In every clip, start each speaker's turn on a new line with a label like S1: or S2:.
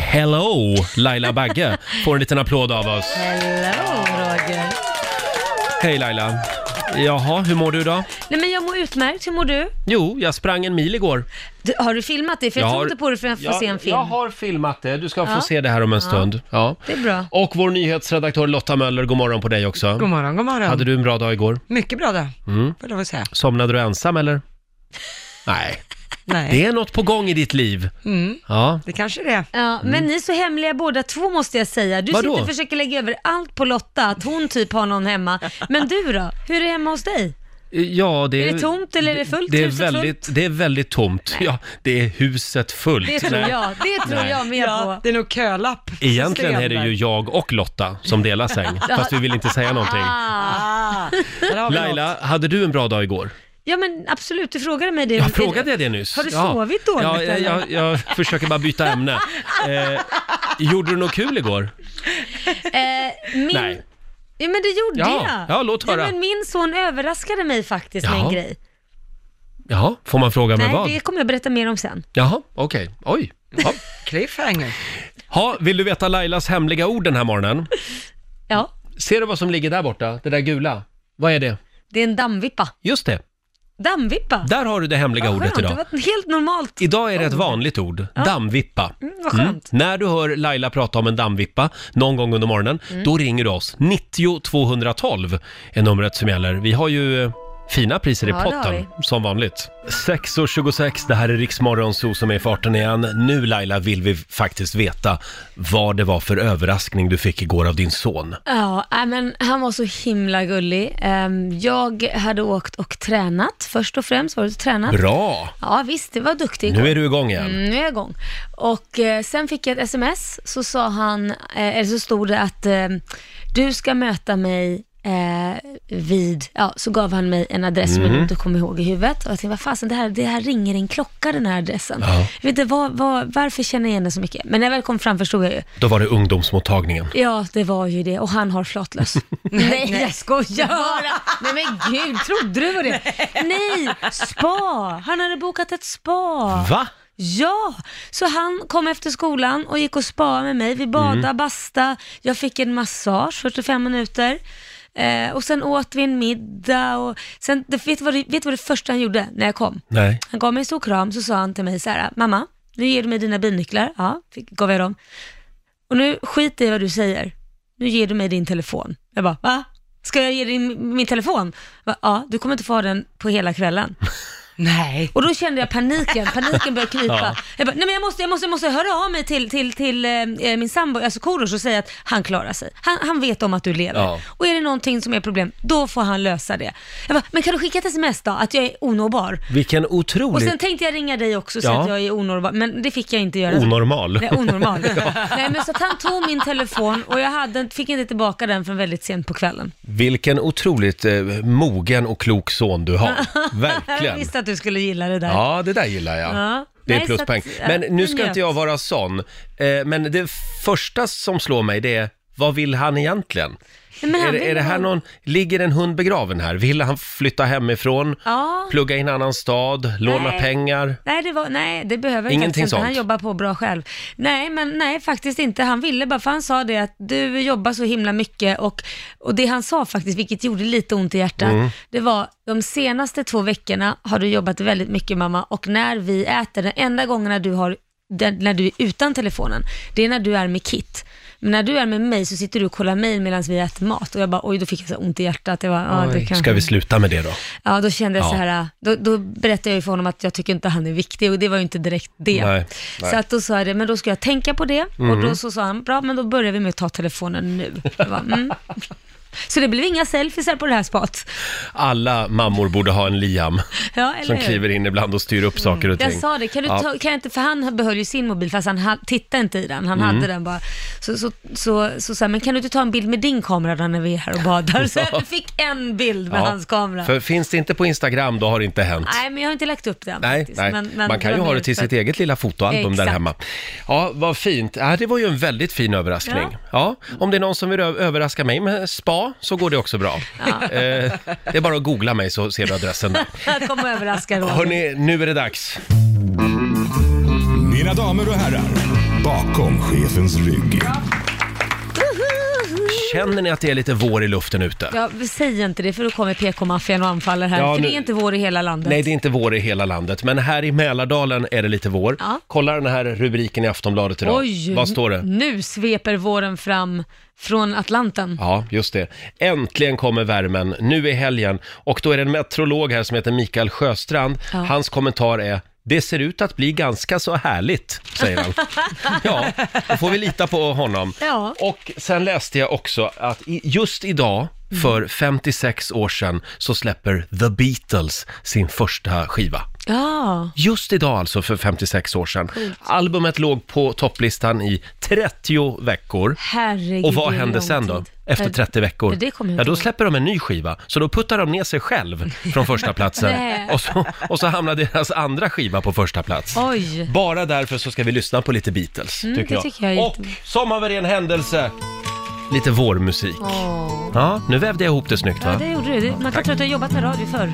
S1: Hello Laila Bagge får en liten applåd av oss.
S2: Hello Roger.
S1: Hej Laila. Jaha, hur mår du idag?
S2: Nej men jag mår utmärkt, hur mår du?
S1: Jo, jag sprang en mil igår.
S2: du har du filmat det? För jag,
S1: Jag
S2: tror
S1: har-
S2: inte på det förrän jag får
S1: jag,
S2: se en film.
S1: Jag har filmat det. Du ska få
S2: Ja.
S1: se det här om en
S2: Ja.
S1: stund. Ja.
S2: Det är bra.
S1: Och vår nyhetsredaktör Lotta Möller, god morgon på dig också.
S3: God morgon, god morgon.
S1: Hade du en bra dag igår?
S3: Mycket bra då,
S1: Mm.
S3: får jag lov att säga.
S1: Somnade du ensam eller? Nej,
S3: Nej.
S1: det är något på gång i ditt liv.
S3: Mm,
S1: Ja.
S3: det kanske det är.
S2: Ja, Men ni är så hemliga båda två måste jag säga. Du
S1: Mm. Vadå?
S2: sitter och försöker lägga över allt på Lotta, att hon typ har någon hemma. Men du då? Hur är det hemma hos dig?
S1: Ja, det
S2: Är det tomt eller är det fullt?
S1: Det är
S2: Huset
S1: väldigt, det är väldigt tomt. Ja, det är huset fullt.
S2: Det tror
S1: Nej.
S2: jag, det tror
S1: Nej.
S2: jag med
S3: Ja,
S2: på.
S3: det är nog kölapp.
S1: Egentligen
S3: Sten
S1: är det
S3: där.
S1: ju jag och Lotta som delar säng, fast vi vill inte säga någonting.
S2: Ah.
S3: Ah, där har vi något.
S1: Laila, hade du en bra dag igår?
S2: Ja men absolut, du frågade mig det.
S1: Jag frågade jag det nyss.
S2: Har du sovit dåligt,
S1: Ja, jag,
S2: eller?
S1: jag, jag försöker bara byta ämne. Eh, gjorde du något kul igår?
S2: Eh, min...
S1: Nej.
S2: Ja men det gjorde
S1: Ja,
S2: jag.
S1: ja, låt
S2: Ja,
S1: höra.
S2: men min son överraskade mig faktiskt med
S1: Jaha.
S2: en grej.
S1: Jaha, får man fråga med
S2: Nej,
S1: vad?
S2: det kommer jag berätta mer om sen.
S1: Jaha, okej. Oj. Ja.
S3: Cliffhanger.
S1: Ha, vill du veta Lailas hemliga ord den här morgonen?
S2: Ja,
S1: Ser du vad som ligger där borta? Det där gula? Vad är det?
S2: det är en dammvippa.
S1: Just det,
S2: Dammvippa?
S1: där har du det hemliga ordet
S2: Skönt, det
S1: idag.
S2: var ett helt normalt.
S1: Idag är det ett vanligt ord, dammvippa.
S2: Mm, vad skönt.
S1: När du hör Laila prata om en dammvippa någon gång under morgonen,
S2: Mm.
S1: då ringer du oss. 90 212 är numret som gäller. Vi har ju eh, fina priser i
S2: Ja, det har
S1: potten, som vanligt. 6.26, det här är Riksmorgon Zoo som är i farten igen. Nu Laila vill vi faktiskt veta vad det var för överraskning du fick igår av din son.
S2: Ja, nej, men han var så himla gullig. Ehm, Jag hade åkt och tränat, först och främst var det tränat.
S1: Bra!
S2: Ja visst, det var duktig igår.
S1: Nu är du igång igen.
S2: Mm, nu är jag igång. Och eh, sen fick jag ett sms, så sa han, eh, eller så stod det att eh, du ska möta mig eh, vid, ja, så gav han mig en adress som
S1: Mhm.
S2: jag inte kommer ihåg i huvudet. Och jag tänkte, vad fasen, det här, det här ringer en klocka den här adressen.
S1: Ja.
S2: Jag vet inte, vad, vad, varför känner jag igen den så mycket? Men när jag väl kom fram förstod jag ju.
S1: Då var det ungdomsmottagningen.
S2: Ja, det var ju det. Och han har flatlöss. nej, jag skojar bara. Nej men gud, trodde du på det? Nej, spa. Han hade bokat ett spa.
S1: Va?
S2: Ja, så han kom efter skolan och gick och spa med mig. Vi badade, basta, jag fick en massage 45 minuter. Eh, och sen åt vi en middag och sen, det, vet, du vad det, vet du vad det första han gjorde när jag kom?
S1: Nej.
S2: Han gav mig en stor kram, så sa han till mig så här, mamma, nu ger du mig dina bilnycklar. Ja, fick, gav jag dem. Och nu skit i vad du säger. Nu ger du mig din telefon. Jag bara, va? Ska jag ge dig min min telefon? Jag bara, Ja, du kommer inte få ha den på hela kvällen.
S3: Nej.
S2: Och då kände jag paniken, paniken började krypa.
S1: Ja.
S2: Jag bara, nej men jag måste, jag måste, jag måste höra av mig till, till, till eh, min sambo, alltså Korosh och säga att han klarar sig. Han, han vet om att du lever.
S1: Ja.
S2: Och är det någonting som är problem, då får han lösa det. Jag bara, men kan du skicka ett sms då, att jag är onåbar?
S1: Vilken
S2: Och
S1: otrolig...
S2: sen tänkte jag ringa dig också och
S1: Ja.
S2: säga att jag är onåbar, men det fick jag inte göra.
S1: Onormal.
S2: Nej, onormal. Nej, men så att han tog min telefon och jag hade, fick inte tillbaka den förrän väldigt sent på kvällen.
S1: Vilken otroligt eh, mogen och klok son du har.
S2: Jag
S1: Verkligen.
S2: visste att du skulle gilla det där.
S1: Ja, det där gillar jag.
S2: Ja.
S1: Det är
S2: Nej, så att,
S1: pluspoäng.
S2: ja,
S1: Men nu
S2: det
S1: ska inte
S2: njöt.
S1: jag vara sån. Eh, Men det första som slår mig det är, vad vill han egentligen?
S2: Nej, men han
S1: är, det-
S2: vill
S1: är det här
S2: ha-
S1: någon, ligger en hund begraven här? Vill han flytta hemifrån?
S2: Ja.
S1: Plugga i en annan stad? Låna
S2: Nej.
S1: pengar?
S2: Nej, det, var, nej, det behöver jag
S1: Ingenting
S2: faktiskt inte. Han
S1: sånt.
S2: jobbar på bra själv. Nej, men nej, faktiskt inte. Han ville bara, för han sa det att du jobbar så himla mycket och, och det han sa faktiskt, vilket gjorde lite ont i hjärtat,
S1: Mm.
S2: det var de senaste två veckorna har du jobbat väldigt mycket mamma och när vi äter, den enda gången du har den, när du är utan telefonen, det är när du är med Kit. Men när du är med mig så sitter du och kollar mejl medan vi äter mat och jag bara, oj, då fick jag så ont i hjärtat. Jag bara, ja, det kanske...
S1: Ska vi sluta med det då?
S2: Ja, då kände jag
S1: Ja.
S2: så här, då, då berättade jag ju för honom att jag tycker inte han är viktig och det var ju inte direkt det.
S1: Nej, nej. Mm.
S2: Så att då sa jag det, men då ska jag tänka på det och då så sa han, bra men då börjar vi med att ta telefonen nu. Jag Bara, mm. Så det blev inga selfies här på det här spat.
S1: Alla mammor borde ha en Liam
S2: Ja, eller
S1: som
S2: hur? Mm,
S1: kliver in ibland och styr upp saker och ting.
S2: Jag sa det, kan du
S1: Ja.
S2: ta, kan jag inte, för han behöll ju sin mobil fast han ha, tittade inte i den, han
S1: Mm.
S2: hade den bara. Så, så, så, så, sa jag, men kan du inte ta en bild med din kamera då när vi är här och badar? Så jag fick en bild med
S1: Ja,
S2: hans kamera.
S1: För finns det inte på Instagram, då har det inte hänt.
S2: Nej, men jag har inte lagt upp den
S1: Nej,
S2: faktiskt.
S1: nej.
S2: Men, men
S1: man kan ju
S2: var
S1: ha det
S2: mer
S1: till
S2: för-
S1: sitt eget lilla fotoalbum där
S2: Exakt.
S1: hemma. Ja, vad fint. Ja, det var ju en väldigt fin överraskning. Ja.
S2: Ja.
S1: om det är någon som vill ö- överraska mig med spa så går det också bra. Eh, det är bara att googla mig så ser du adressen. där.
S2: Här kommer överraska Roger.
S1: Hörni, nu är det dags.
S4: Mina damer och herrar, Bakom chefens rygg.
S1: Känner ni att det är lite vår i luften ute?
S2: Ja, säg inte det för då kommer PK-maffian och anfaller här.
S1: Ja,
S2: för
S1: nu-
S2: det är inte vår i hela landet.
S1: Nej, det är inte vår i hela landet, men här i Mälardalen är det lite vår.
S2: Ja.
S1: Kolla den här rubriken i Aftonbladet idag.
S2: Oj,
S1: Vad står det?
S2: nu sveper våren fram från Atlanten.
S1: Ja, just det. Äntligen kommer värmen, nu i helgen. Och då är det en meteorolog här som heter Mikael Sjöstrand.
S2: Ja.
S1: Hans kommentar är det ser ut att bli ganska så härligt, säger han. Ja, då får vi lita på honom.
S2: Ja.
S1: Och sen läste jag också att i- just idag, för 56 år sedan, så släpper The Beatles sin första skiva.
S2: Ja,
S1: Just idag alltså, för 56 år sedan. Albumet låg på topplistan i 30 veckor.
S2: herregud.
S1: Och
S2: det
S1: vad
S2: är
S1: hände
S2: lång
S1: sen då?
S2: tid.
S1: Efter
S2: Eh,
S1: 30 veckor?
S2: det kommer jag
S1: ja,
S2: inte
S1: då
S2: ihåg.
S1: släpper de en ny skiva, så då puttar de ner sig själv från första platsen.
S2: Nej.
S1: och, så, och så hamnar deras andra skiva på första plats.
S2: Oj.
S1: Bara därför så ska vi lyssna på lite Beatles,
S2: Mm,
S1: tycker
S2: det
S1: jag.
S2: tycker jag är
S1: och som av en ren händelse, lite vårmusik.
S2: Åh.
S1: Ja, nu vävde jag ihop det snyggt
S2: Ja,
S1: va?
S2: det gjorde du. Det- Man kan tro att du har jobbat med radio förr.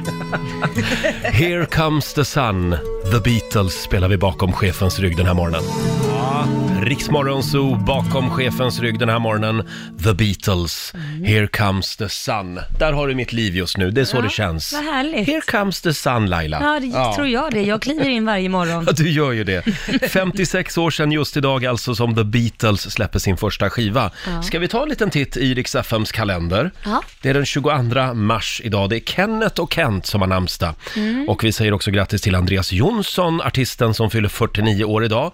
S1: Here comes the sun. The Beatles spelar vi bakom chefens rygg den här morgonen. Ja, Riksmorgon Zoo bakom chefens rygg den här morgonen. The Beatles. Here comes the sun. Där har du mitt liv just nu. Det är så
S2: Ja,
S1: det känns.
S2: vad härligt.
S1: Here comes the sun, Laila.
S2: Ja, det tror jag det. Jag kliver in varje morgon.
S1: Ja, du gör ju det. 56 år sedan just idag alltså som The Beatles släpper sin första skiva. Ska vi ta en liten titt i Rix FMs kalender?
S2: Ja.
S1: Det är den 22 mars idag. Det är Kenneth och Kent som har namnsdag. Och vi säger också grattis till Andreas Jonsson, artisten som fyller 49 år idag.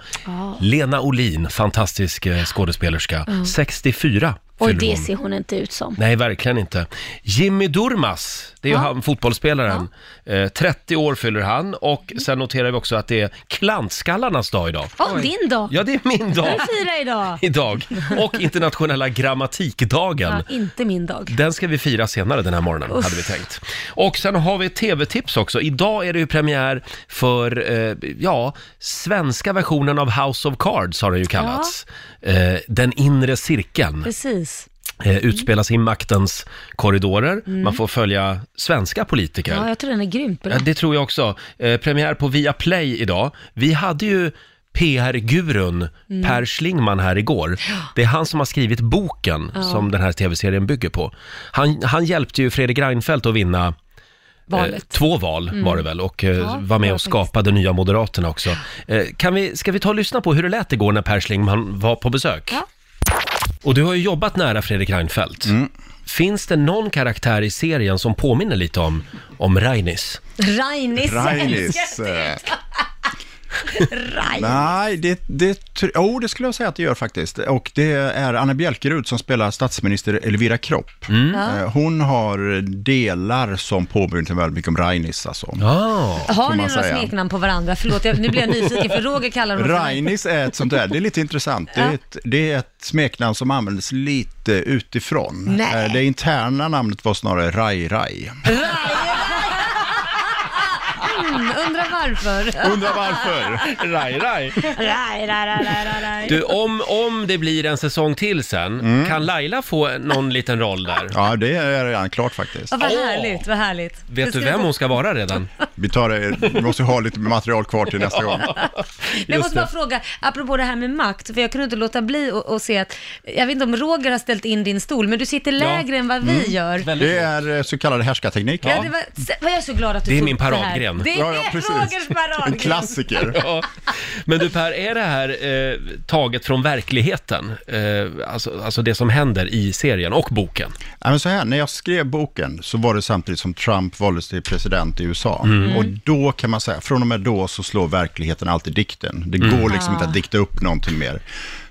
S1: Lena Olin, fantastisk eh, skådespelerska. 64
S5: Och
S1: fyller
S5: det
S1: hon.
S5: ser hon inte ut som.
S1: Nej, verkligen inte. Jimmy Durmaz, det är ju han, fotbollsspelaren. Eh, 30 år fyller han och sen noterar vi också att det är klantskallarnas dag idag.
S2: Åh, din dag.
S1: Ja, det är min dag
S2: Du firar idag.
S1: idag. Och internationella
S2: Ja,
S1: grammatikdagen.
S2: inte min dag.
S1: Den ska vi fira senare den här morgonen, hade vi tänkt. Och sen har vi ett tv-tips också. Idag är det ju premiär för, eh, ja, svenska versionen av House of Cards har den ju kallats. Eh, den inre cirkeln.
S2: Precis.
S1: eh, utspelas i maktens korridorer. Man får följa svenska politiker.
S2: Ja, jag tror den är grym på
S1: Ja,
S2: det.
S1: det tror jag också. Eh, premiär på Viaplay idag. Vi hade ju PR-gurun Per Schlingman här igår. Det är han som har skrivit boken som den här tv-serien bygger på. Han, han hjälpte ju Fredrik Reinfeldt att vinna eh,
S2: Valet. Mm.
S1: två val var det väl och eh,
S2: Ja,
S1: var
S2: det
S1: med
S2: var
S1: och skapade Nya Moderaterna också. Eh, kan vi, ska vi ta och lyssna på hur det lät igår när Per Schlingman var på besök?
S2: Ja.
S1: Och du har ju jobbat nära Fredrik Reinfeldt.
S6: Mm.
S1: Finns det någon karaktär i serien som påminner lite om, om Reinis?
S2: Rainis.
S6: Rainis. eh, Nej, det, det, tr- jo, det skulle jag säga att det gör faktiskt. Och det är Anna Bjälkerud som spelar statsminister Elvira Kropp.
S2: Mm.
S6: Eh, Hon har delar som påminner väldigt mycket om Rainis. Alltså.
S1: Ja.
S2: Ah. Har ni
S6: man
S2: några
S6: säga.
S2: smeknamn på varandra? Förlåt, jag, nu blir jag nyfiken för Roger kallar honom för
S6: Rainis är ett sånt där, det är lite intressant. Det är ett, det är ett smeknamn som användes lite utifrån.
S2: Nej.
S6: Eh, Det interna namnet var snarare Rai Rai.
S2: Mm, undrar varför.
S6: Undrar varför?
S1: Raj, raj.
S2: Raj, raj, raj, raj, raj, raj.
S1: Du, om, om det blir en säsong till sen, kan Laila få någon liten roll där?
S6: Mm. Ja, det är redan klart faktiskt.
S2: Ja, vad
S1: Åh.
S2: härligt, vad härligt. Det
S1: Vet du
S2: ska
S1: vem
S2: vi-
S1: hon ska vara redan?
S6: Vi, tar, det- vi måste ha lite material kvar till nästa gång.
S2: Men jag
S1: Just
S2: måste bara
S1: det.
S2: fråga, apropå det här med makt, för jag kunde inte låta bli att att se att, jag vet inte om Roger har ställt in din stol, men du sitter lägre än vad
S1: Mm.
S2: vi gör.
S6: Det är eh, så kallad härskarteknik.
S2: Ja, det var, se- var jag så glad att du
S1: Det är
S2: tog
S1: min
S2: upp här.
S1: paradgren.
S2: Det är
S6: Ja, ja, precis.
S2: Rogers paradgren.
S6: En klassiker.
S1: Ja. Men du Per, är det här eh, taget från verkligheten? Eh, alltså, alltså det som händer i serien och boken?
S6: Ja, men så här, när jag skrev boken så var det samtidigt som Trump valdes till president i USA. Och
S2: Mm.
S6: då kan man säga, från och med då så slår verkligheten alltid dikten. Det går liksom inte att dikta upp någonting mer.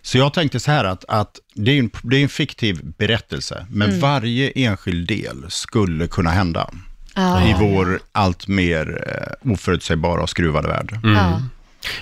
S6: Så jag tänkte så här att, att det, är en, det är en fiktiv berättelse, men
S2: Mm.
S6: varje enskild del skulle kunna hända.
S2: Ah.
S6: I vår allt mer eh, oförutsägbara och skruvade värld.
S2: Ja.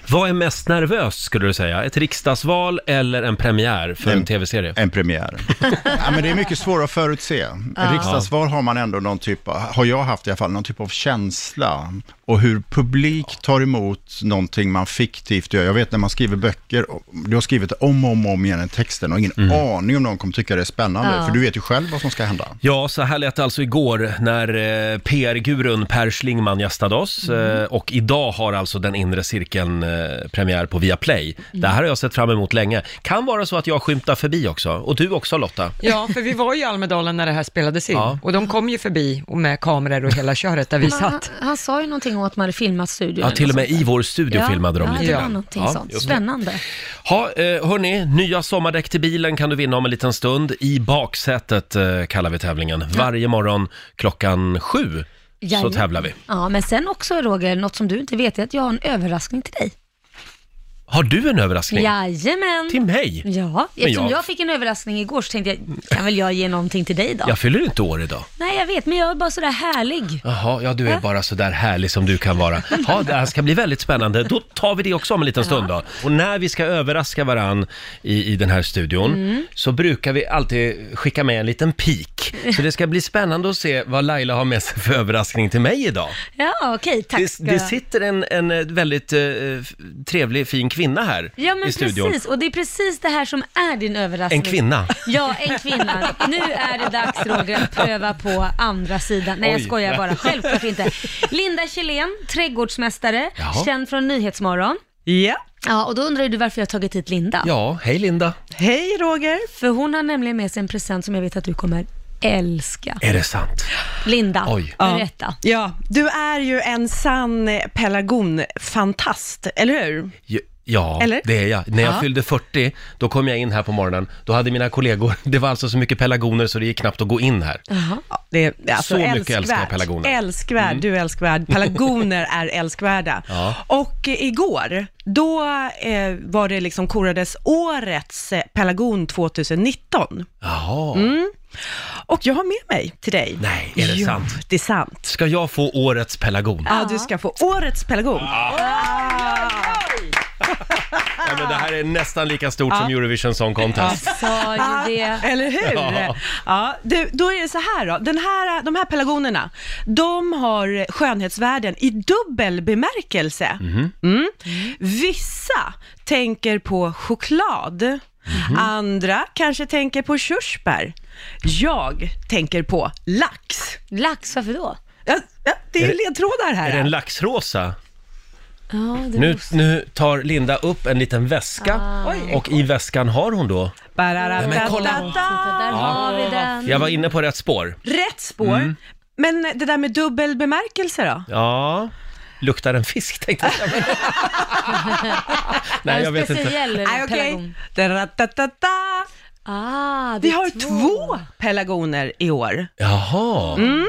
S1: Vad är mest nervöst skulle du säga? Ett riksdagsval eller en premiär för en
S6: En-
S1: tv-serie?
S6: En premiär. ja, men det är mycket svårare att förutse. Riksdagsval har man ändå någon typ av, har jag haft i alla fall, någon typ av känsla. och hur publik tar emot någonting man fiktivt gör. Jag vet när man skriver böcker, du har skrivit om och om, och om igen i texten och ingen
S7: Mm.
S6: aning om någon kommer tycka det är spännande,
S2: Ja.
S6: för du vet ju själv vad som ska hända.
S1: Ja, så här lät det alltså igår när eh, PR-gurun Per Schlingmann gästade oss.
S6: Mm.
S1: Eh, och idag har alltså den inre cirkeln eh, premiär på Viaplay. Det här har jag sett fram emot länge. Kan vara så att jag skymtar förbi också. Och du också Lotta.
S3: Ja, för vi var ju i Almedalen när det här spelades in
S1: Ja.
S3: och de kom ju förbi och med kameror och hela köret där vi
S2: Men han,
S3: satt.
S2: han sa ju någonting om att man hade filmat studion.
S1: Ja, till och med i vår studio
S2: ja,
S1: filmade de
S2: ja,
S1: lite
S2: det var
S1: grann.
S2: någonting
S1: Ja,
S2: sånt.
S1: just det.
S2: Spännande.
S1: Ha, eh, hörni, nya sommardäck till bilen kan du vinna om en liten stund. I baksätet eh, kallar vi tävlingen. Varje morgon klockan sju så
S2: Jajamän.
S1: tävlar vi.
S2: Ja, men sen också Roger, något som du inte vet är att jag har en överraskning till dig.
S1: Har du en överraskning?
S2: Jajamän.
S1: Till mig?
S2: Ja, eftersom
S1: jag-
S2: jag... fick en överraskning igår så tänkte jag, kan väl jag ge någonting till dig då?
S1: Jag fyller inte år idag.
S2: Nej, jag vet, men jag är bara sådär härlig.
S1: Jaha, ja du är bara så där härlig som du kan vara. Ja, det här ska bli väldigt spännande. Då tar vi det också om en liten stund då. Och när vi ska överraska varann i, i den här studion
S2: Mm.
S1: så brukar vi alltid skicka med en liten pik. Så det ska bli spännande att se vad Laila har med sig för överraskning till mig idag.
S2: Ja, okej, tack
S1: Det,
S2: ska
S1: det
S2: jag-
S1: sitter en, en eh, väldigt eh, f- trevlig, fin kvinna här
S2: Ja, men
S1: i studion.
S2: precis, och det är precis det här som är din överraskning.
S1: En kvinna.
S2: Ja, en kvinna. Nu är det dags Roger att pröva på andra sidan. Nej, jag
S1: Oj.
S2: skojar bara. Självklart inte. Linda Kjellén, trädgårdsmästare,
S1: Jaha.
S2: känd från Nyhetsmorgon.
S3: Ja.
S2: Ja, och då undrar ju du varför jag har tagit hit Linda.
S1: Ja, hej Linda.
S3: Hej Roger!
S2: För hon har nämligen med sig en present som jag vet att du kommer älska.
S1: Är det sant?
S2: Linda,
S1: Oj.
S2: berätta.
S5: Ja, du är ju en sann pelargonfantast, eller hur?
S1: Ju- Ja,
S5: Eller?
S1: det är jag. När jag
S5: Ja.
S1: fyllde 40, då kom jag in här på morgonen. Då hade mina kollegor, det var alltså så mycket pelargoner så det gick knappt att gå in här.
S5: Ja, det är alltså
S1: Så mycket älskar jag
S5: älskvärt.
S1: pelargoner. Mm.
S5: Älskvärd, du är älskvärd. Pelargoner är älskvärda.
S1: Ja.
S5: Och eh, igår, då eh, var det liksom korades årets eh, pelargon 2019.
S1: Jaha,
S5: Och jag har med mig till dig.
S1: Nej, är det
S5: Mm. jo, Ah.
S1: sant?
S5: det är sant.
S1: ska jag få årets pelargon?
S5: Ja, du ska få årets pelargon.
S3: Ah!
S1: Ja, men det här är nästan lika stort som Eurovision Song Contest.
S2: Sa
S5: Ah,
S2: ju Alltså, det.
S5: Eller hur?
S1: Ja.
S5: Ja. du, då är det så här då. Den här, de här pelargonerna, de har skönhetsvärden i dubbel bemärkelse. Mm. Vissa tänker på choklad, andra kanske tänker på körsbär. Jag tänker på lax.
S2: Lax, varför då?
S5: Ja, ja, det är,
S1: Är det-
S5: ledtrådar här.
S1: Är det en laxrosa?
S2: Ja, det
S1: Nu,
S2: måste-
S1: nu tar Linda upp en liten väska
S5: Ah. Oj.
S1: och i väskan har hon då...
S5: Barara-
S1: men kolla.
S5: ta-ta-ta.
S2: Där har vi den.
S1: Jag var inne på rätt spår.
S5: Rätt spår.
S1: Mm.
S5: Men det där med dubbel bemärkelse då?
S1: Ja, luktar en fisk tänkte jag. Nej, jag vet inte.
S2: Speciell
S5: Nej, okej.
S2: pelargon.
S5: Da-da-da-da-da.
S2: Ah, det
S5: Vi
S2: är
S5: har två pelargoner i år.
S1: Jaha.
S5: Mm.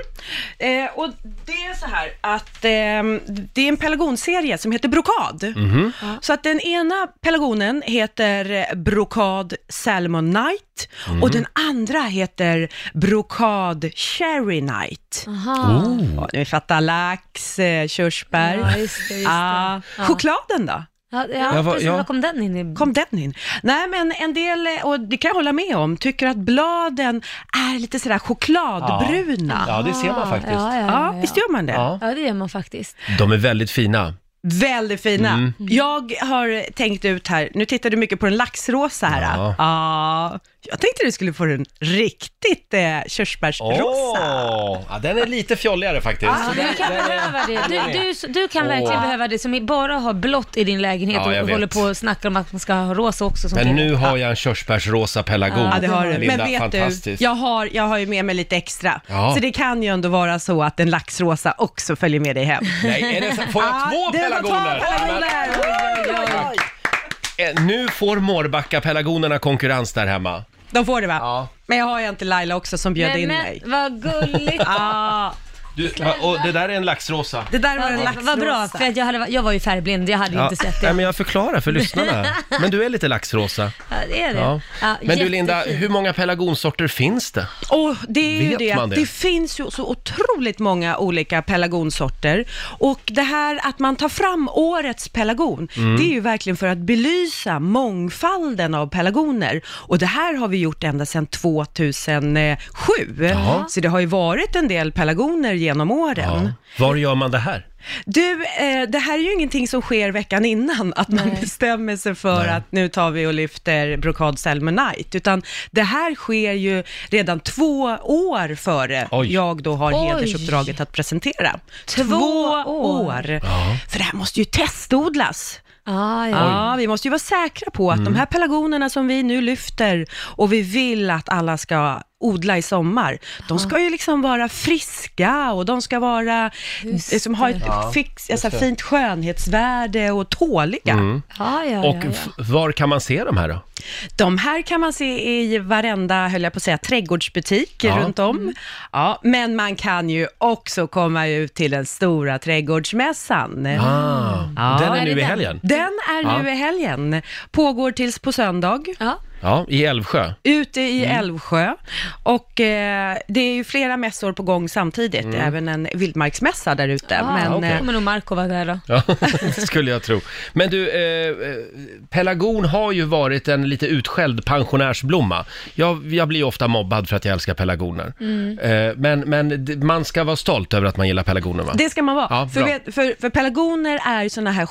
S5: Eh, och det är så här att ehm, det är en pelargonserie som heter Brokad.
S1: Mhm.
S5: Så att den ena pelargonen heter eh, Brokad Salmon Night
S1: Mhm.
S5: och den andra heter Brokad Cherry Night.
S2: Aha.
S1: Oh.
S5: Ja, nu fattar lax, eh, körsbär.
S2: Ah. Ja, just det, just det.
S5: Ah,
S2: Ja.
S5: Chokladen då?
S2: Ja, ja,
S1: Jag var-
S2: precis.
S1: ja.
S2: Var kom den in i?
S5: kom den in? Nej, men en del, eh, och det kan jag hålla med om, tycker att bladen är lite sådär chokladbruna. Ja,
S1: Ja, det ser man faktiskt.
S2: Ah. Ja, ja, ja, ja.
S5: visst gör man det?
S1: Ja.
S2: ja, det gör man faktiskt.
S1: De är väldigt fina.
S5: Väldigt fina.
S1: Mm.
S5: Jag har tänkt ut här, nu tittar du mycket på den laxrosa här.
S1: Ja.
S5: Ja. Ah, jag tänkte du skulle få den riktigt eh, körsbärsrosa.
S1: Åh, ja, den är lite fjolligare faktiskt.
S2: Du kan behöva det. Du, du, du kan verkligen
S1: Åh.
S2: behöva det som bara har blått i din lägenhet
S1: Ja, jag
S2: och
S1: vet.
S2: håller på och snackar om att man ska ha rosa också. Som
S1: Men
S2: kille.
S1: nu har jag en körsbärsrosa pelargon.
S5: Ja, det har du.
S1: Linda,
S5: Men vet du,
S1: fantastiskt.
S5: jag har, jag har ju med mig lite extra.
S1: Ja.
S5: Så det kan ju ändå vara så att en laxrosa också följer med dig hem.
S1: Nej, är det så? Får jag två
S5: du får ta
S1: pelargoner?
S5: pelargoner!
S1: Eh, Nu får Mårbacka-pelargonerna konkurrens där hemma.
S5: De får det va?
S1: Ja.
S5: Men jag har ju inte Laila också som bjöd
S2: men,
S5: in
S2: men,
S5: mig.
S2: Vad gulligt.
S5: Ah,
S1: Du, ja, och det där är en laxrosa.
S5: det där var en
S2: Vad
S5: laxrosa.
S2: vad bra, för att jag, hade, jag var ju färgblind, jag hade ju inte sett det.
S1: nej, men jag förklarar för lyssnarna. Men du är lite laxrosa.
S2: Ja, det är det.
S1: Ja.
S2: Ja,
S1: Men du
S2: jättefint.
S1: Linda, hur många pelargonsorter finns det?
S5: Och det är ju
S1: Vet
S5: det,
S1: man
S5: att
S1: det?
S5: det finns ju så otroligt många olika pelargonsorter och det här att man tar fram årets pelargon,
S1: Mm.
S5: det är ju verkligen för att belysa mångfalden av pelargoner och det här har vi gjort ända sedan 2007. Så det har ju varit en del pelargoner genom åren.
S1: Var gör man det här?
S5: Du, eh, det här är ju ingenting som sker veckan innan, att man bestämmer sig för
S1: Nej.
S5: att nu tar vi och lyfter Brokad Selma Night, utan det här sker ju redan två år före
S1: Oj.
S5: jag då har
S2: Oj.
S5: hedersuppdraget att presentera.
S2: Två år.
S5: För det här måste ju testodlas.
S2: Ah, ja.
S5: Ja, vi måste ju vara säkra på att
S1: Mm.
S5: de här pelargonerna som vi nu lyfter och vi vill att alla ska odla i sommar,
S2: Ah.
S5: de ska ju liksom vara friska och de ska vara,
S2: Just
S5: liksom ha ett
S2: det.
S5: fix, alltså, fint skönhetsvärde och tåliga.
S2: Ah, ja,
S1: Mm. Och
S2: ja, ja.
S1: f- var kan man se de här då?
S5: De här kan man se i varenda, höll jag på att säga, trädgårdsbutik
S1: Ja. Mm.
S5: runt om. Ja, men man kan ju också komma ut till den stora trädgårdsmässan.
S1: Ah,
S5: Ja.
S1: Den är nu
S2: Är det
S1: i
S2: den?
S1: helgen.
S5: Den är nu
S1: Ja.
S5: i helgen, pågår tills på söndag.
S2: Ja.
S1: Ja, i Älvsjö.
S5: Ute i
S1: Mm.
S5: Älvsjö och eh, det är ju flera mässor på gång samtidigt,
S1: Mm.
S5: även en vildmarksmässa där ute.
S2: Ah,
S5: men,
S1: okej.
S2: Då
S5: eh,
S2: kommer nog Marco vara där då.
S1: Ja, det skulle jag tro. Men du, eh, eh, pelargon har ju varit en lite utskälld pensionärsblomma. Jag, jag blir ju ofta mobbad för att jag älskar pelargoner.
S2: Mm.
S5: Mm.
S1: Eh, men men d- man ska vara stolt över att man gillar pelargoner va?
S5: det ska man vara.
S1: Ja,
S5: för,
S1: bra.
S5: vet- för, för pelargoner är sådana här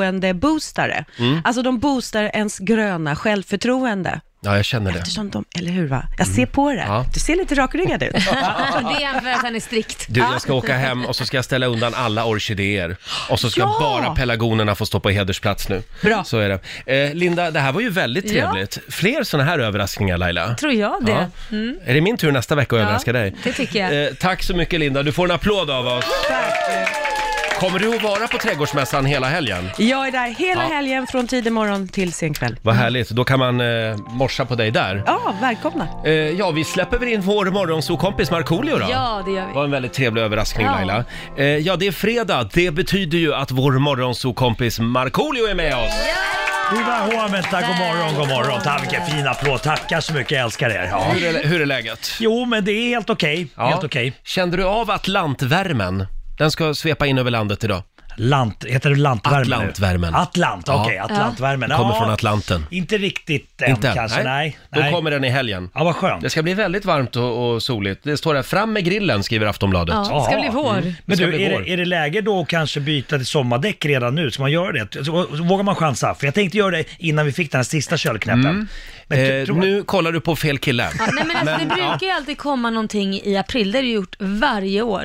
S5: självförtroende-boostare.
S1: Mm.
S5: Alltså de boostar ens gröna självförtroende.
S1: Ja, jag känner det.
S5: Eftersom de, eller hur va? Jag ser på det.
S1: Ja.
S5: Du ser lite rakryggad ut.
S2: Det är för att han är strikt.
S1: Du, jag ska
S5: Ah.
S1: åka hem och så ska jag ställa undan alla orkidéer. Och så ska
S5: Ja!
S1: bara pelargonerna få stå på hedersplats nu.
S5: Bra.
S1: Så är det. Eh, Linda, det här var ju väldigt trevligt. Fler sådana här överraskningar Laila.
S2: Tror jag det. Mm.
S1: Ja. Är det min tur nästa vecka att överraska dig?
S2: det tycker jag.
S1: Eh, tack så mycket Linda, du får en applåd av oss. Kommer du att vara på trädgårdsmässan hela helgen?
S5: Jag är där hela
S1: Ja.
S5: helgen från tidig morgon till sen kväll.
S1: Vad härligt, då kan man eh, morsa på dig där.
S5: Ja, välkomna.
S1: Eh, ja, vi släpper väl in vår morgonsokompis Markoolio då.
S2: Ja, det gör vi.
S1: Det var en väldigt trevlig överraskning
S2: Ja.
S1: Laila. Eh, ja, det är fredag. Det betyder ju att vår morgonsokompis Markoolio är med oss.
S8: Viva Håmenta, god morgon, god morgon. Tack, vilken fin applåd. Tackar så mycket, jag älskar er. Ja.
S1: Hur, är, hur är läget?
S8: Jo, men det är helt okej.
S1: Ja.
S8: Helt okej.
S1: Kände du av atlantvärmen? Den ska svepa in över landet idag.
S8: Lant, heter det lantvärmen? nu?
S1: Atlantvärmen.
S8: Atlant,
S1: Ja.
S8: okej. Atlantvärmen.
S1: Den kommer
S8: Ja,
S1: från Atlanten.
S8: Inte riktigt än
S1: Inte än?
S8: kanske, nej.
S1: Då
S8: nej.
S1: kommer den i helgen.
S8: Ja, vad skönt.
S1: Det ska bli väldigt varmt och, och soligt. Det står här, fram med grillen skriver Aftonbladet.
S2: Ja, det ska
S8: Jaha. Mm.
S2: bli vår.
S8: Men
S1: Mm. ska
S8: du,
S1: bli
S8: är
S1: vår.
S8: det, är det läge då att kanske byta till sommardäck redan nu? Ska man göra det? Så- så Vågar man chansa? För jag tänkte göra det innan vi fick den här sista köldknäppen. Men t-
S1: Eh,
S8: tror-
S1: nu kollar du på fel kille.
S2: Ja, nej, men alltså, det
S1: ja.
S2: brukar ju alltid komma någonting i april, det har det gjort varje år.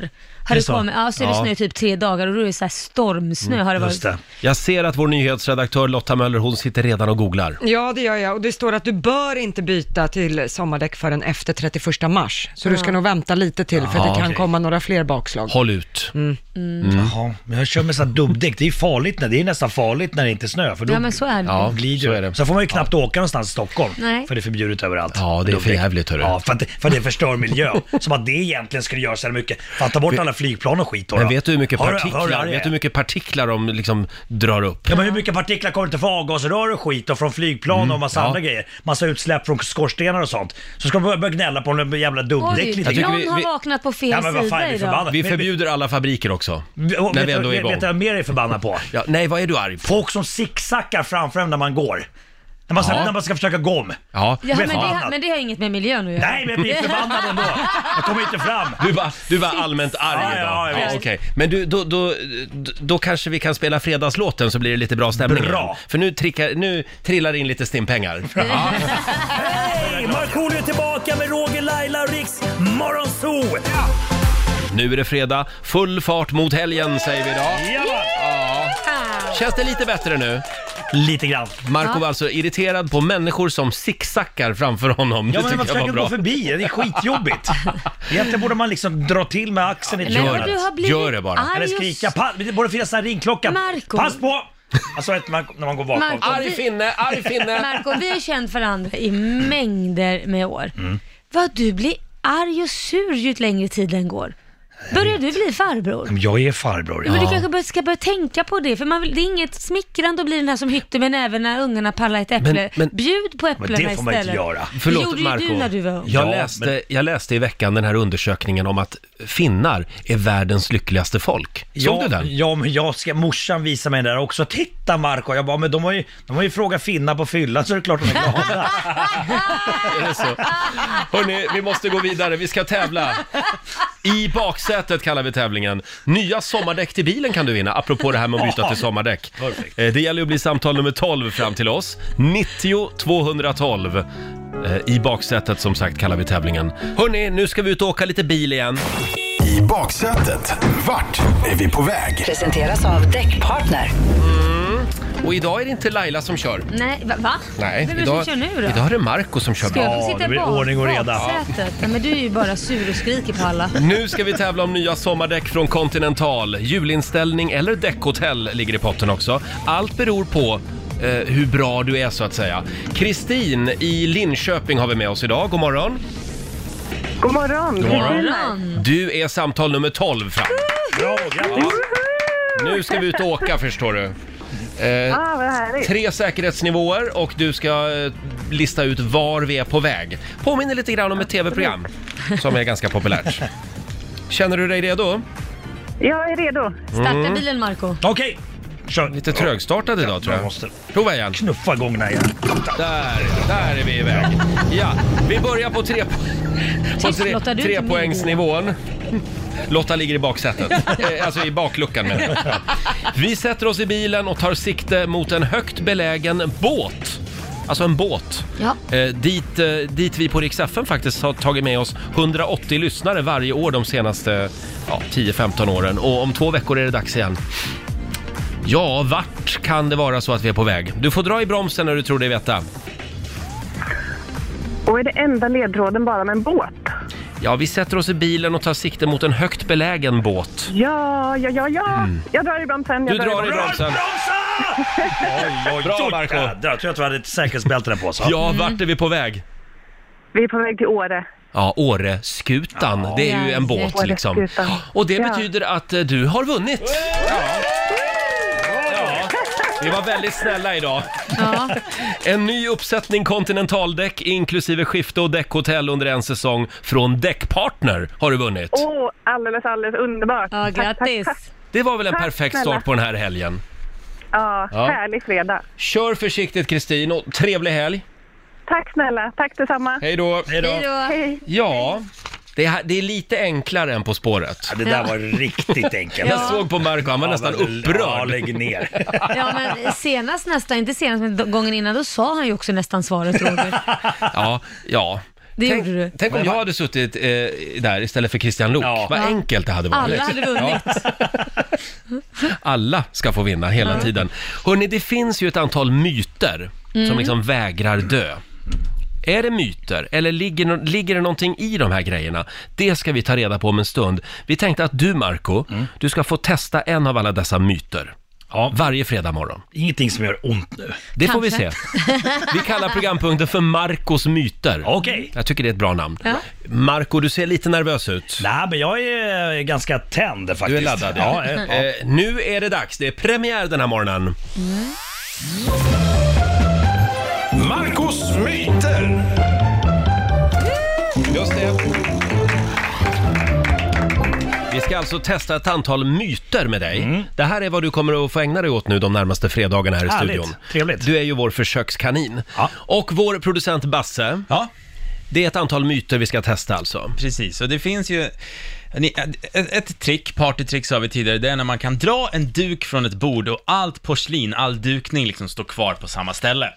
S8: Är
S2: Har det
S8: det så? Mm,
S2: kommit, ja, så är det
S1: Ja.
S2: snö i typ tre dagar och då är det så här stormsnö har det varit.
S8: Just det.
S1: Jag ser att vår nyhetsredaktör Lotta Möller, hon sitter redan och googlar.
S3: Ja, det gör jag. Och det står att du bör inte byta till sommardäck förrän efter 31 mars. Så du ska nog vänta lite till, för
S1: Ja,
S3: det kan
S1: okej.
S3: komma några fler bakslag.
S1: Håll ut.
S8: Mm.
S7: Mm.
S1: Mm.
S8: Jaha, men jag kör med sån här dubbdäck. Det är ju farligt, när, det är nästan farligt när det inte är snö. För då
S2: Ja, men så är det.
S1: Ja.
S8: Då glider
S1: så
S8: så
S1: är det.
S8: Sen får man ju knappt åka någonstans i Stockholm.
S2: Nej.
S8: För det är förbjudet överallt.
S1: Ja, det är för
S8: Dubbdäck.
S1: jävligt, hörru.
S8: Ja, för att, det- för att det förstör miljön. Som att det egentligen skulle göra så här mycket. För att ta bort alla flygplan och skit då.
S1: Men
S8: då.
S1: vet du hur mycket
S8: Hör hör
S1: partiklar,
S8: här det
S1: vet
S8: är?
S1: du hur mycket partiklar de liksom drar upp?
S8: Ja men hur mycket partiklar kommer inte från avgasrör och skit och från flygplan och massa
S1: Mm, ja.
S8: andra grejer. Massa utsläpp från skorstenar och sånt. Så ska man börja- börja gnälla på en jävla dubbdäck
S2: Oj,
S8: lite
S1: Jag tycker
S2: någon
S8: grann.
S1: vi- vi-
S2: har vaknat på fel
S8: Ja men vad fan är
S2: sida
S8: vi
S2: idag.
S8: förbannade?
S1: Vi
S8: Men-
S1: förbjuder alla fabriker också.
S8: men- och
S1: När
S8: vet
S1: vi
S8: du-
S1: ändå är
S8: vet-
S1: igång.
S8: Vet du vad jag mer är förbannad på?
S1: Ja, nej, vad är du arg på?
S8: Folk som zigzackar framför en när man går. När man, ska,
S1: Ja.
S8: när man ska försöka gå om.
S1: Ja.
S2: Ja, men, det,
S8: förbannad.
S2: har- men det har inget med miljön att göra.
S8: Nej, men jag blir förbannad ändå. Jag kommer inte fram.
S1: Du var, du var allmänt arg
S8: Ja,
S1: idag.
S8: ja, jag vet.
S1: okej. Men du, då, då, då, då kanske vi kan spela fredagslåten så blir det lite bra stämning.
S8: Bra.
S1: igen. För nu, trickar, nu trillar in lite stimpengar.
S8: Hej! Markoolio är tillbaka med Roger, Laila och Riks Morgonzoo!
S1: Nu är det fredag, full fart mot helgen säger vi idag.
S8: Ja,
S1: Känns det lite bättre nu?
S8: lite grann.
S1: Marco var alltså irriterad på människor som zigzackar framför honom.
S8: Ja,
S1: det
S8: men man
S1: tycker jag
S8: försöker
S1: var
S8: gå
S1: bra.
S8: förbi, det är skitjobbigt. Egentligen borde man liksom dra till med axeln i
S2: Men
S1: Gör
S2: vad
S1: det.
S2: du
S8: könet.
S2: har blivit
S1: Gör det bara.
S2: arg
S8: Eller
S2: och-
S8: skrika, pa- det borde finnas en ringklocka.
S2: Marco.
S8: Pass på! Alltså att man, när man går bakom.
S2: Marco.
S1: Arg finne, arg finne!
S2: Marco, vi har känt varandra i mängder med år.
S8: Mm.
S2: Vad du blir arg och sur ju längre tiden går. Börjar du bli farbror?
S8: Jag är farbror.
S2: Men du kanske bör, ska börja tänka på det, för man vill, det är inget smickrande att bli den här som hytter med näven när ungarna pallar ett äpple.
S1: Men- men-
S2: Bjud på äpplena
S8: Men det får man inte
S2: istället.
S8: göra.
S1: Förlåt,
S2: det gjorde
S1: Marco.
S2: ju du när du var ung.
S1: Jag,
S8: Ja,
S1: läste,
S8: men-
S1: jag läste i veckan den här undersökningen om att finnar är världens lyckligaste folk. Såg
S8: ja,
S1: du den?
S8: Ja, men jag ska, morsan visade mig den där också. Titta Marco, jag bara, men de har ju, de har ju frågat finnar på fyllan så det är klart de är glada.
S1: Är det så? Hörrni, vi måste gå vidare. Vi ska tävla. I baksätet kallar vi tävlingen. Nya sommardäck till bilen kan du vinna, apropå det här med att byta till sommardäck.
S8: Perfekt.
S1: Eh, Det gäller att bli samtal nummer 12 fram till oss. 90 212. Eh, I baksätet som sagt kallar vi tävlingen. Hörni, nu ska vi ut och åka lite bil igen.
S4: I baksätet, vart är vi på väg?
S9: Presenteras av Däckpartner.
S1: Mm. Och idag är det inte Laila som kör.
S2: Nej, va? va?
S1: Nej,
S2: Vem är det
S1: idag,
S2: som kör nu då?
S1: idag är det Marco som kör.
S2: Ska jag
S8: Ja,
S2: få
S8: det
S2: sitta i
S8: blir
S2: bak-
S8: ordning och reda.
S2: baksätet? Nej, men du är ju bara sur och skriker på alla.
S1: Nu ska vi tävla om nya sommardäck från Continental. Julinställning eller däckhotell ligger i potten också. Allt beror på eh, hur bra du är så att säga. Kristin i Linköping har vi med oss idag. God morgon.
S10: God morgon. God
S2: Morgon.
S1: Du är samtal nummer 12 fram.
S8: Bra, grattis!
S1: Nu ska vi ut och åka förstår du. Eh,
S10: Ah, vad härligt.
S1: tre säkerhetsnivåer och du ska eh, lista ut var vi är på väg. Påminner lite grann om ett tv-program som är ganska populärt. Känner du dig redo?
S10: Jag är redo.
S1: Mm.
S2: Starta bilen Marco.
S8: Okej, kör.
S1: Lite trögstartad idag tror
S8: Jag
S1: jag.
S8: måste
S1: Prova igen.
S8: knuffa igång den här igen.
S1: Där, där är vi iväg. Ja, vi börjar på tre, på
S2: Tyst, Lotta,
S1: tre,
S2: du är inte med
S1: trepoängsnivån. Lotta ligger i baksätet, Eh, alltså i bakluckan menar jag. Vi sätter oss i bilen och tar sikte mot en högt belägen båt. Alltså en båt.
S2: Ja.
S1: Eh, dit, eh, dit vi på Rix FM faktiskt har tagit med oss 180 lyssnare varje år de senaste ja, 10-15 åren. Och om två veckor är det dags igen. Ja, vart kan det vara så att vi är på väg? Du får dra i bromsen när du tror dig veta.
S10: Och är det enda ledtråden bara med en båt?
S1: Ja, vi sätter oss i bilen och tar sikte mot en högt belägen båt.
S10: Ja, ja, ja, ja. Jag drar i bromsen. Jag
S1: Mm. Du drar i
S10: bromsen.
S1: bromsen.
S8: Oj, oj,
S1: Bra,
S8: oj,
S1: Marco.
S8: jädrar. Tror jag att vi hade ett säkerhetsbälte där på oss. va?
S1: Ja, vart är vi på väg?
S10: Vi är på väg till Åre.
S1: Ja, Åreskutan. Det är ju en båt liksom.
S10: Åreskutan.
S1: Och det
S10: Ja.
S1: betyder att eh, du har vunnit. Ja. Ja. Vi var väldigt snälla idag.
S2: Ja.
S1: En ny uppsättning kontinentaldäck inklusive skifte och däckhotell under en säsong från Däckpartner har du vunnit.
S10: Åh, alldeles, alldeles underbart.
S2: Ja,
S10: Tack, tack,
S2: grattis.
S10: tack.
S1: Det var väl en
S10: tack
S1: perfekt
S10: snälla.
S1: start på den här helgen.
S10: Ja,
S1: Ja.
S10: härlig fredag.
S1: Kör försiktigt Kristin och trevlig helg.
S10: Tack snälla. Tack detsamma.
S1: Hej då.
S8: Hej då.
S2: Hej då.
S10: Hej.
S1: Ja, det är, det är lite enklare än På spåret.
S8: Ja, Det där var riktigt enkelt.
S1: Jag såg på Marco, han var nästan
S8: Ja,
S1: upprörd.
S8: lägg ner.
S2: Ja, men senast nästan, inte senast men gången innan, då sa han ju också nästan svaret Roger.
S1: Ja, ja.
S2: Det
S1: tänk,
S2: gjorde du.
S1: tänk om jag hade suttit eh, där istället för Christian Lok.
S8: Ja.
S1: Vad
S2: Ja.
S1: enkelt det hade varit.
S2: Alla hade vunnit.
S1: Alla ska få vinna hela tiden. Hörrni, det finns ju ett antal myter
S2: Mm.
S1: som liksom vägrar dö. Är det myter eller ligger, no- ligger det någonting i de här grejerna? Det ska vi ta reda på om en stund. Vi tänkte att du, Marco, du ska få testa en av alla dessa myter.
S8: Mm. Ja.
S1: Varje fredag morgon.
S8: Ingenting som gör ont nu.
S1: Det får vi se.
S2: Kanske.
S1: Vi kallar programpunkten för Marcos myter.
S8: Okej.
S1: Jag tycker det är ett bra namn.
S2: Ja.
S1: Marco, du ser lite nervös ut.
S8: Nej, men jag är ganska tänd faktiskt.
S1: Du är laddad.
S8: Ja, eh, ja.
S1: Eh, nu är det dags. Det är premiär den här morgonen.
S4: Marcos myter!
S1: Just det. Vi ska alltså testa ett antal myter med dig.
S11: Mm.
S1: Det här är vad du kommer att få ägna dig åt nu de närmaste fredagarna här i
S8: Härligt.
S1: studion.
S8: Trevligt.
S1: Du är ju vår försökskanin.
S8: Ja.
S1: Och vår producent Basse,
S11: Ja,
S1: det är ett antal myter vi ska testa alltså.
S11: precis. Och det finns ju... ni- Ett, ett trick, partytrick sa vi tidigare, det är när man kan dra en duk från ett bord och allt porslin, all dukning liksom står kvar på samma ställe.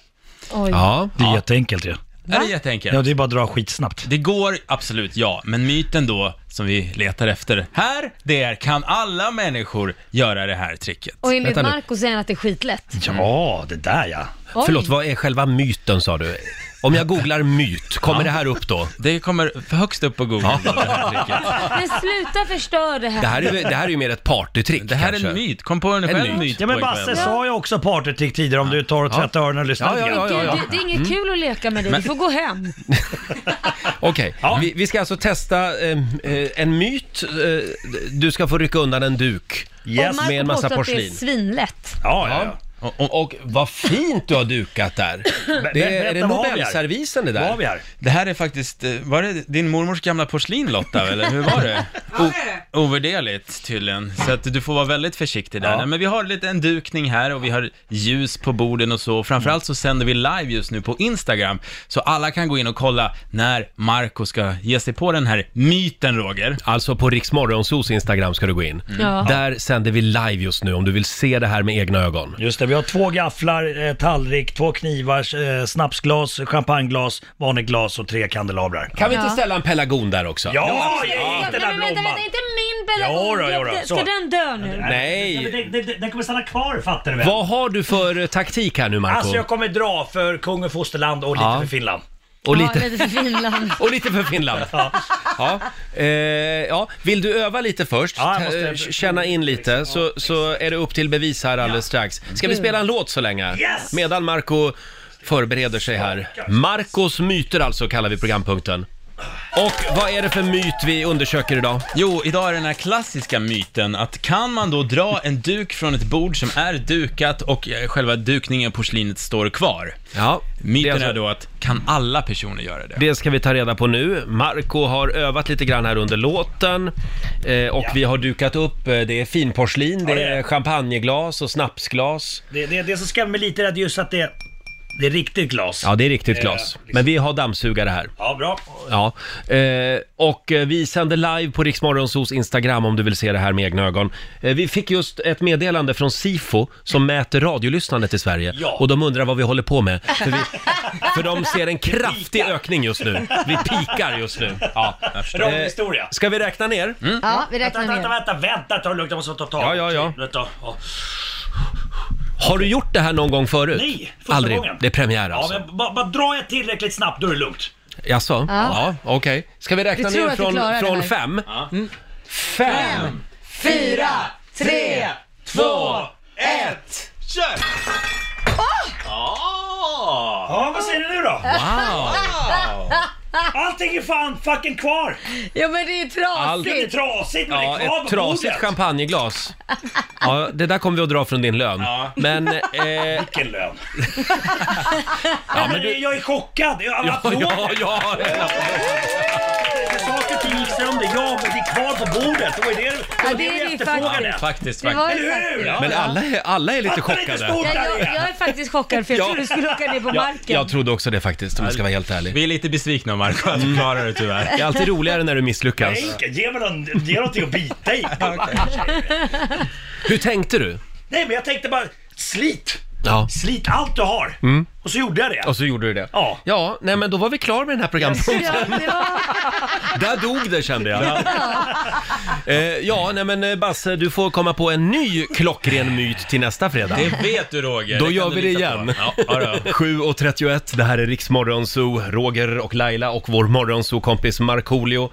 S2: Oj.
S1: Ja.
S8: Det är jätteenkelt ju.
S11: Är det jätteenkelt?
S8: Ja, det är bara att dra skitsnabbt.
S11: Det går absolut, ja. Men myten då, som vi letar efter här, det är kan alla människor göra det här tricket?
S2: Och enligt
S1: Vänta nu.
S2: Marco säger han att det är skitlätt.
S8: Ja, det där ja.
S2: Oj.
S1: Förlåt, vad är själva myten sa du? Om jag googlar myt, kommer det här upp då?
S11: Det kommer för högst upp på Google. Det här, tricket.
S2: Men sluta förstöra det här.
S1: Det här är, ju- det här är ju mer ett partytrick
S11: det här är
S1: kanske.
S11: en myt, kom på en själv
S1: myt.
S11: myt.
S8: Ja, men
S11: pojkvän.
S8: Basse sa ju också partytrick tidigare om du tar och tvättar öronen och lyssnar.
S1: Ja, ja,
S8: lite grann.
S1: ja, ja, Mm. ja.
S2: Du, det, det är inget kul att leka med dig, du får gå hem.
S1: Okej,
S8: Ja.
S1: vi, vi ska alltså testa eh, eh, en myt. Eh, du ska få rycka undan en duk
S8: Yes.
S2: och Marco
S1: med en massa
S2: påstår att det är
S1: porslin.
S2: svinlätt.
S8: Ja, ja,
S1: Ja,
S8: ja.
S1: Och, och, och vad fint du har dukat där. Det är, är det
S11: berätta, vad har vi här?
S1: Nobelservisen det där?
S11: Vad har vi här? Det här är faktiskt, eh, var det din mormors gamla porslin Lotta, eller hur var det? O- ovärderligt tydligen, så att du får vara väldigt försiktig där. Nej, men vi har lite en dukning här och vi har ljus på borden och så. Framförallt så sänder vi live just nu på Instagram, så alla kan gå in och kolla när Marco ska ge sig på den här myten Roger.
S1: Alltså på Riksmorgonsos Instagram ska du gå in.
S2: Ja.
S1: Där sänder vi live just nu om du vill se det här med egna ögon.
S8: Just det, vi har två gafflar, eh, tallrik, två knivar, eh, snapsglas, champagneglas, vanligt glas och tre kandelabrar.
S1: Kan vi inte
S2: Ja.
S1: ställa en pelargon där också?
S8: Ja, ge
S2: Nej,
S8: hit den där
S2: men vänta,
S8: blomman!
S2: vänta, inte min
S8: Jo då, jo då,
S2: pelargon.
S8: så.
S2: Ska den dö nu?
S1: Nej.
S8: Den, den, den kommer stanna kvar fattar du väl?
S1: Vad har du för eh, taktik här nu Marco?
S8: Alltså jag kommer dra för kung och fosterland och lite
S1: Ja.
S8: för Finland.
S1: Och
S2: Ja,
S1: lite,
S2: lite för Finland.
S1: och lite för Finland. Ja. Eh, ja. Vill du öva lite först?
S8: Ja, jag måste-
S1: Eh, Känna in lite, så, så är det upp till bevis här alldeles strax. Ska vi spela en låt så länge?
S8: Yes!
S1: Medan Marco förbereder sig här. Marcos myter alltså kallar vi programpunkten. Och vad är det för myt vi undersöker idag?
S11: Jo, idag är den här klassiska myten att kan man då dra en duk från ett bord som är dukat och eh, själva dukningen, porslinet, står kvar?
S1: Ja,
S11: Myten
S1: alltså-
S11: är då att kan alla personer göra det?
S1: Det ska vi ta reda på nu. Marco har övat lite grann här under låten eh, och vi har dukat upp, eh, det är finporslin, det
S8: det är
S1: är
S8: det.
S1: champagneglas och snapsglas.
S8: Det, det, det som skrämmer mig lite är att just att det, det är riktigt glas.
S1: Ja, det är riktigt
S8: Det är
S1: glas.
S8: liksom-
S1: Men vi har dammsugare här.
S8: Ja, bra.
S1: Ja, eh, och eh, vi sänder live på Riksmorgonsos Instagram om du vill se det här med egna ögon. Eh, vi fick just ett meddelande från Sifo som mäter radiolyssnandet i Sverige
S8: Ja.
S1: och de undrar vad vi håller på med. För, vi, för de ser en kraftig ökning just nu. Vi pikar just nu. Ja.
S8: Rolig
S1: Eh,
S8: historia. Mm.
S1: Ska vi räkna ner?
S12: Ja, vi
S8: Vänta,
S12: räknar ner.
S8: vänta, vänta, vänta, ta det lugnt, jag måste ta tag.
S1: Ja, ja, ja.
S8: Vänta, ja.
S1: Har du gjort det här någon gång förut?
S8: Nej, första
S1: Aldrig.
S8: gången.
S1: Det är premiär
S8: Ja,
S1: alltså.
S8: men bara, bara dra jag tillräckligt snabbt, då är det lugnt.
S1: Jaså? Ja, okej. Ska vi räkna
S12: Vi tror
S1: ner
S12: att vi
S1: från,
S12: klarar det
S1: från
S12: här.
S1: fem? Mm. Fem,
S12: Fyra!
S8: Tre, två,
S1: ett!
S11: Kör! Ja!
S8: Ja, vad säger du nu då?
S1: Wow!
S8: Allting är fan fucking kvar!
S12: Ja men det är
S1: Allt-
S8: Det är
S12: trasigt!
S8: trasigt men
S1: Ja,
S8: det är kvar
S1: ett
S8: på
S1: trasigt
S8: bordet.
S1: champagneglas. Ja, det där kommer vi att dra från din lön.
S11: Ja.
S1: Men, eh,
S8: Vilken lön. ja, men du... Jag är chockad. Jag,
S1: ja, ja, ja.
S8: Saker och ting gick sönder. Ja, men det är kvar på bordet. Det var ju det
S12: Ja, det är det
S8: efterfrågade.
S11: Faktiskt,
S12: Det var
S11: faktiskt.
S12: ju
S8: Eller hur?
S12: faktiskt...
S1: Men alla är, alla är lite
S8: Fattar inte
S1: chockade.
S8: skor-
S2: Ja, jag, jag är faktiskt chockad för jag
S1: Ja.
S2: trodde du skulle åka ner på
S1: Jag,
S2: marken.
S1: jag trodde också det faktiskt, om jag ska vara helt ärlig.
S11: Vi är lite besvikna Marco att du klarar det tyvärr.
S1: Det är alltid roligare när du misslyckas.
S8: Nej, Henke, Ge mig någon, ge någonting att bita i.
S1: Hur tänkte du?
S8: Nej, men jag tänkte bara slit.
S1: Ja. Mm.
S8: Slit allt du har. Och så gjorde jag det.
S1: Och så gjorde du det?
S8: Ja.
S1: Ja, nej men då var vi klara med den här programpunkten.
S12: Ja, det var...
S1: Där dog det kände jag. eh, ja, nej men eh, Basse, du får komma på en ny klockren myt till nästa fredag.
S11: Det vet du Roger.
S1: Då
S11: kan
S1: gör
S11: du
S1: vi det
S11: lita på.
S1: igen.
S11: Ja, ja, då.
S1: 7.31, det här är Riksmorgon Zoo. Roger och Laila och vår morgonzoo-kompis Markoolio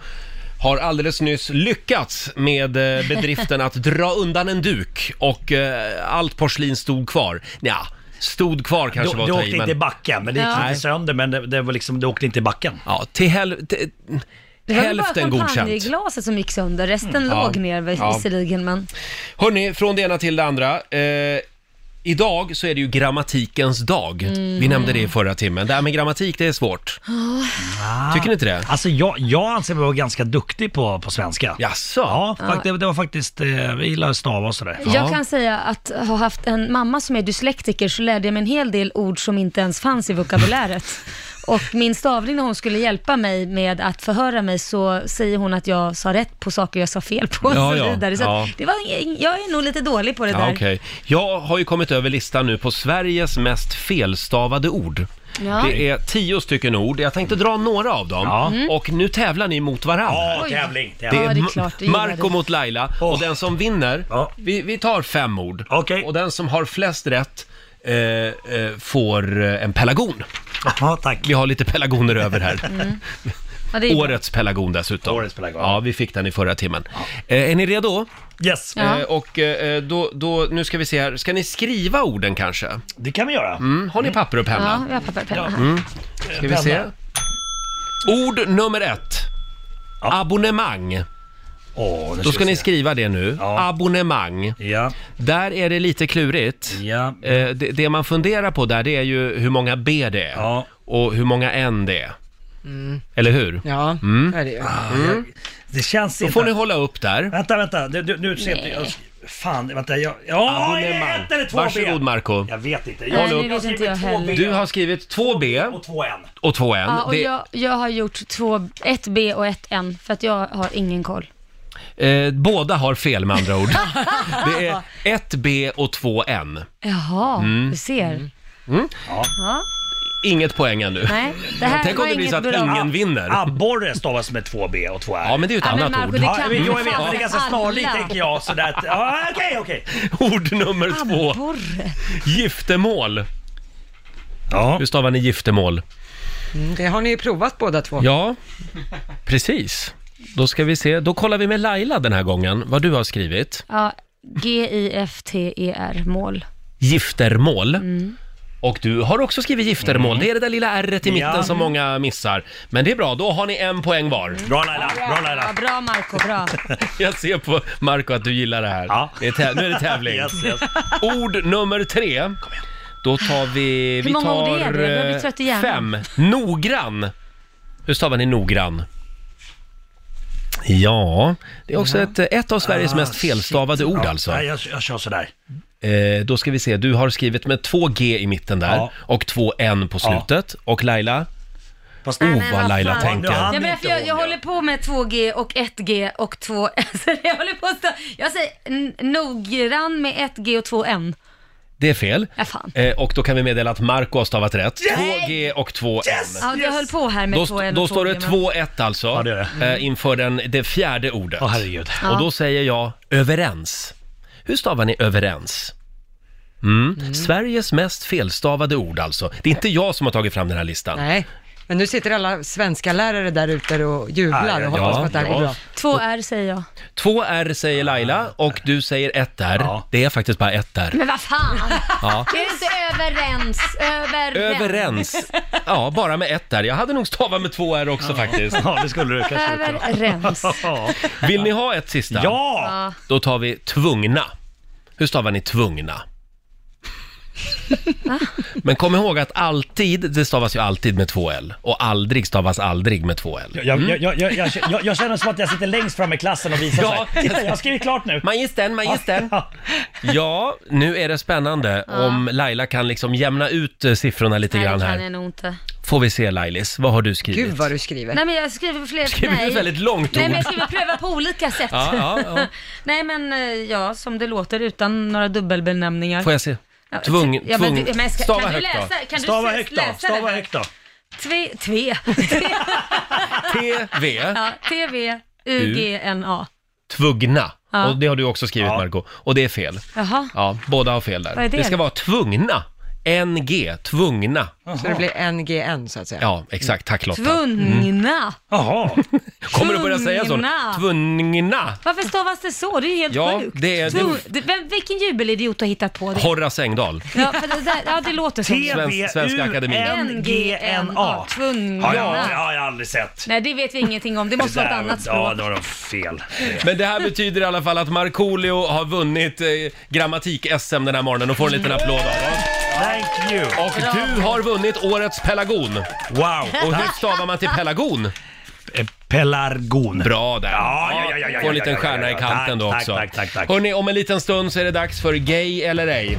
S1: har alldeles nyss lyckats med eh, bedriften att dra undan en duk och eh, allt porslin stod kvar. Ja, stod kvar kanske
S8: Du,
S1: var
S8: du
S1: att ta
S8: åkte
S1: i,
S8: inte i
S1: men...
S8: backen, men det gick
S12: Ja.
S8: inte sönder. Men det, det var liksom, du åkte inte i backen.
S1: Ja, till hel... till-
S2: det var väl bara
S1: Hälften godkänt.
S2: champagneglaset som gick sönder. Resten
S8: Mm.
S2: låg ner
S1: Ja.
S2: visserligen men...
S1: Hörni, från det ena till det andra. Eh, idag så är det ju grammatikens dag.
S2: Mm.
S1: Vi nämnde det i förra timmen. Det här med grammatik, det är svårt. Tycker ni inte det?
S8: Alltså jag, jag anser mig vara ganska duktig på, på svenska.
S1: Jaså?
S8: Ja, fakt- det, det var faktiskt, eh, vi gillar att stava och sådär.
S1: Ja.
S2: Jag kan säga att ha haft en mamma som är dyslektiker så lärde jag mig en hel del ord som inte ens fanns i vokabuläret. Och min stavning när hon skulle hjälpa mig med att förhöra mig så säger hon att jag sa rätt på saker jag sa fel på och
S1: Ja, ja,
S2: så vidare. Så
S1: ja.
S2: att det var, ing- jag är nog lite dålig på det
S1: Ja,
S2: där.
S1: okej. Jag har ju kommit över listan nu på Sveriges mest felstavade ord.
S2: Ja.
S1: Det är tio stycken ord. Jag tänkte dra några av dem.
S8: Ja.
S1: Och nu tävlar ni mot varandra.
S8: Ja,
S2: Oj.
S8: tävling.
S1: Det
S8: tävling.
S1: är,
S2: Ja, det är
S1: Ma-
S2: klart, det gillar
S1: Marco
S2: du.
S1: mot Laila och
S8: Åh.
S1: den som vinner,
S8: Ja.
S1: vi, vi tar fem ord.
S8: Okej.
S1: Och den som har flest rätt eh, eh, får eh, en pelargon.
S8: Ja, tack.
S1: Vi har lite pelargoner över här.
S2: Ja, det är bra.
S1: Årets pelargon dessutom.
S8: Årets pelargon.
S1: Ja, vi fick den i förra timmen. Eh, är ni redo?
S8: Yes,
S2: Ja.
S1: Eh, och eh, då, då, nu ska vi se här, ska ni skriva orden kanske?
S8: det kan vi göra.
S1: Mm, har ni papper och
S2: Ja,
S1: penna? Mm.
S2: jag har papper och penna.
S8: Ja.
S1: Ska vi se. Ord nummer ett.
S8: Ja.
S1: Abonnemang.
S8: Åh, Åh, nu
S1: Då
S8: vi
S1: ska ni
S8: se.
S1: skriva det nu. Abonnemang. Där är det lite klurigt. Eh, det, det man funderar på där det är ju hur många B det är och hur många N det är.
S3: Mm.
S1: Eller hur?
S3: Ja,
S1: Mm.
S3: det är det ju.
S8: Ah.
S1: Mm.
S8: Det känns
S1: Då får ni hålla upp där.
S8: Vänta, vänta. Du, du, nu ser inte jag... Fan, vänta. Jag... Ja, är det ett eller två
S1: Varsågod
S8: ben?
S1: Marco
S8: Jag vet inte.
S2: Nej, nu vet inte jag heller.
S1: Du har skrivit två B och
S8: två N.
S1: Och två N.
S2: Ja, och
S1: det,
S2: jag, jag har gjort två, ett B och ett N för att jag har ingen koll.
S1: eh, båda har fel med andra ord. det är ett B och två N.
S2: Jaha,
S1: Mm.
S2: du ser.
S1: Mm.
S2: Ja.
S1: Inget poäng ännu.
S2: Nej, det här
S1: Tänk om
S2: var
S1: det blir så att
S2: inget bra.
S1: ingen vinner.
S8: Abborre stavas med två B och två R.
S1: Ja, men det är ju ett
S2: Ja, men
S1: annat
S2: Marco,
S1: ord.
S2: det kan
S8: Ja, men, jo, jag vet,
S2: fan
S8: men det är ganska snarlikt
S2: alla.
S8: tänker jag. Sådär att, ja, okej, okej.
S1: Ord nummer två.
S2: Abborre.
S1: Giftermål. Ja. Hur stavar ni giftermål?
S3: Mm, det har ni ju provat båda två.
S1: Ja, precis. Då ska vi se. Då kollar vi med Laila den här gången, vad du har skrivit.
S2: Ja, G-I-F-T-E-R, E mål.
S1: Giftermål.
S2: Mm.
S1: Och du har också skrivit giftermål. Det är det där lilla r i mitten
S2: Ja.
S1: som många missar. Men det är bra, då har ni en poäng var.
S8: Bra Laila,
S2: Ja, bra Marco, bra.
S1: Jag ser på Marco att du gillar det här. Det är täv- nu är det tävling.
S8: Yes, yes.
S1: Ord nummer tre. Då tar vi...
S2: Hur
S1: vi
S2: många
S1: tar,
S2: ord är det? Jag börjar bli trött i
S1: eh, Fem.
S2: hjärnan.
S1: Noggrann. Hur stavar ni noggrann? Ja, det är också ett, ett av Sveriges
S8: Ah,
S1: mest felstavade
S8: shit.
S1: ord
S8: Ja,
S1: alltså.
S8: Nej, jag, jag kör sådär.
S1: Eh, då ska vi se, du har skrivit med två G i mitten där
S8: Ja.
S1: och två N på
S8: Ja.
S1: slutet. Och Laila?
S8: Fast,
S1: oh, vad Laila
S2: fan.
S1: tänker.
S2: Ja, men jag, jag, jag håller på med 2G och 1G och 2... Alltså, jag håller på att stå, Jag säger n- noggrann med 1G och 2N.
S1: Det är fel.
S2: Ja, fan.
S1: Eh, och då kan vi meddela att Marco har stavat rätt.
S2: Yes!
S1: Två G och två N.
S2: Ja, jag höll på här med
S1: Då,
S2: 2N
S1: då
S2: och
S1: står det
S2: 2G,
S1: 2-1 alltså, eh, inför den, det fjärde ordet.
S2: Ja.
S1: Och då säger jag överens. Hur stavar ni överens? Mm. Sveriges mest felstavade ord alltså. Det är inte jag som har tagit fram den här listan.
S3: Nej, men nu sitter alla svenska lärare där ute och jublar och
S1: Ja,
S3: hoppas på att det här
S1: ja.
S3: går bra.
S2: 2R säger jag.
S1: Två R säger Laila och du säger ett R. Det är faktiskt bara ett R.
S2: Men vad fan!
S1: Ja.
S2: Det är inte överens, överens.
S1: Överens. Ja, bara med ett R. Jag hade nog stavat med två R också faktiskt.
S8: Ja, det skulle du
S2: Överens.
S1: Vill ni ha ett sista?
S2: Ja.
S1: Då tar vi tvungna. Hur stavar ni tvungna? Men kom ihåg att alltid, det stavas ju alltid med två L. Och aldrig stavas aldrig med två L.
S8: Jag,
S1: Mm.
S8: jag, jag, jag, jag, jag, jag känner som att jag sitter längst fram i klassen och visar
S1: Ja.
S8: ja. sig. Titta, jag har skrivit klart nu.
S1: Magistern, magistern. Ja, nu är det spännande
S2: Ja.
S1: om Laila kan liksom jämna ut eh, siffrorna lite
S2: Nej,
S1: grann
S2: det kan jag
S1: här.
S2: nog inte.
S1: Får vi se Lailis, vad har du skrivit?
S3: Gud vad du skriver.
S2: Nej men jag skriver fler...
S1: Skriver du
S2: nej.
S1: ett väldigt långt
S2: Nej
S1: ord?
S2: men jag skriver pröva på olika sätt.
S1: Ja, ja, ja.
S2: nej men eh, ja, som det låter utan några dubbelbenämningar.
S1: Får jag se?
S2: Ja,
S1: Tvung,
S2: ja, men,
S1: tvung.
S2: du- men ska,
S1: Stava
S2: kan du
S1: högt då.
S2: läsa, Kan du
S8: Stava
S2: se-
S8: högt då.
S2: läsa
S8: Stava
S2: det?
S8: högt då.
S2: Tve, tve.
S1: TV,
S2: ja, TV, UGNA.
S1: tvugna.
S2: Ja.
S1: Och det har du också skrivit Marco. Och det är fel.
S2: Jaha.
S1: Ja, båda har fel där.
S2: Vad är det
S1: ska
S2: då?
S1: vara tvungna. NG, tvungna.
S3: Så det blir NGN så att säga.
S1: Ja, exakt. Tack Lotta. Mm.
S2: Tvungna.
S1: Jaha. Kommer du börja säga så?
S2: Tvungna.
S1: Tvungna.
S2: Varför stavas det så? Det är ju helt
S1: Ja,
S2: sjukt.
S1: det är-
S2: Tvung- det- Vem, vilken jubelidiot har hittat på det?
S1: Horace Engdahl.
S2: Ja, för det, där, ja, det låter som
S1: Svensk- Svenska Akademin.
S2: NGNA.
S8: Ja,
S2: Tvungna.
S8: ja, ja, jag har jag aldrig sett.
S2: Nej, det vet vi ingenting om. Det måste vara ett
S8: där-
S2: annat
S8: Ja,
S2: språk.
S8: då har de fel.
S1: Men det här betyder i alla fall att Markoolio har vunnit eh, grammatik-SM den här morgonen och får en liten applåd av oss.
S8: Thank you.
S1: Och du har vunnit årets pelargon.
S8: Wow.
S1: Och hur stavar man till pelargon?
S8: Pelargon.
S1: Bra där.
S8: Eh, Ja, ja, ja, ja, ja,
S1: Få en
S8: ja,
S1: liten
S8: ja,
S1: stjärna
S8: ja,
S1: i
S8: ja.
S1: kanten då
S8: Tack,
S1: också.
S8: tack, tack, tack.
S1: Hörni, om en liten stund så är det dags för Gay eller ej.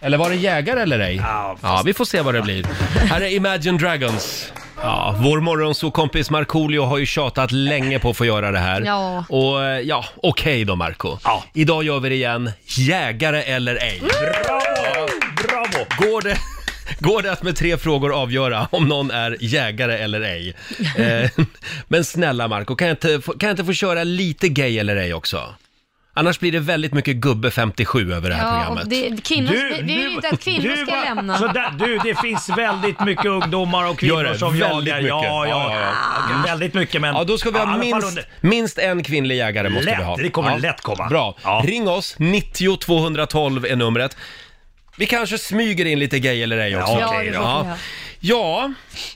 S1: Eller var det jägare eller ej? Ja, vi får se vad det blir. Här är Imagine Dragons. Ja, vår morgonsåkompis Markoolio har ju tjatat länge på att få göra det här.
S2: Ja.
S1: Och eh, ja, okej då Marco. Idag gör vi det igen. Jägare eller ej.
S8: Bravo! Bravo!
S1: Går det, går det att med tre frågor avgöra om någon är jägare eller ej? Eh, men snälla Marco, kan jag, inte, få- kan jag inte få köra lite gay eller ej också? Annars blir det väldigt mycket gubbe 57 över det här
S2: Ja, och
S1: programmet.
S2: det, kvinnor, vi, vi vill ju inte att kvinnor
S8: du
S2: ska
S8: var-
S2: lämna.
S8: Så där, du, det finns väldigt mycket ungdomar och kvinnor
S1: Gör det?
S8: som
S1: Väldigt
S8: jagar.
S1: mycket.
S8: Ja, ja, ja.
S1: Mm.
S8: Väldigt mycket men...
S1: Ah. Ja, då ska vi
S8: i
S1: ha
S8: alla fall
S1: minst,
S8: under-
S1: minst en kvinnlig jägare måste
S8: Lätt,
S1: vi ha.
S8: det kommer lätt komma.
S1: Bra. Ring oss, 90 212 är numret. Vi kanske smyger in lite gay eller ej också.
S8: okej då.
S1: Ja. Ja,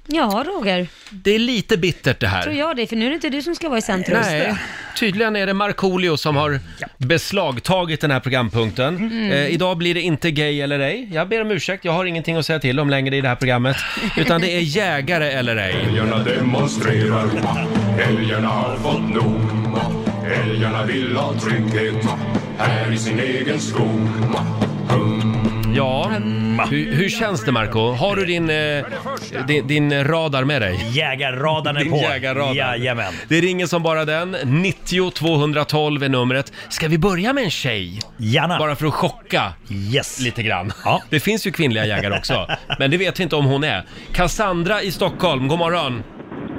S2: Ja, Roger.
S1: det är lite bittert det här.
S2: Tror jag det, för nu är det inte du som ska vara i centrum.
S1: Nej, tydligen är det Markoolio som har beslagtagit den här programpunkten.
S2: Mm.
S1: Eh, idag blir det inte gay eller ej. Jag ber om ursäkt, jag har ingenting att säga till om längre i det här programmet. Utan det är jägare eller ej.
S13: Älgarna demonstrerar, älgarna har fått nog. Älgarna vill ha trygghet här i sin egen skog.
S1: Ja, Mm. hur, hur känns det Marco? Har du din, eh, din, din radar med dig?
S8: Jägarradarn är
S1: Din
S8: på.
S1: jägarradar.
S8: Jajamän.
S1: Det ringer som bara den. 90 212 är numret. Ska vi börja med en tjej?
S8: Gärna.
S1: Bara för att chocka lite grann. Det finns ju kvinnliga jägare också, men det vet vi inte om hon är. Cassandra i Stockholm, god morgon.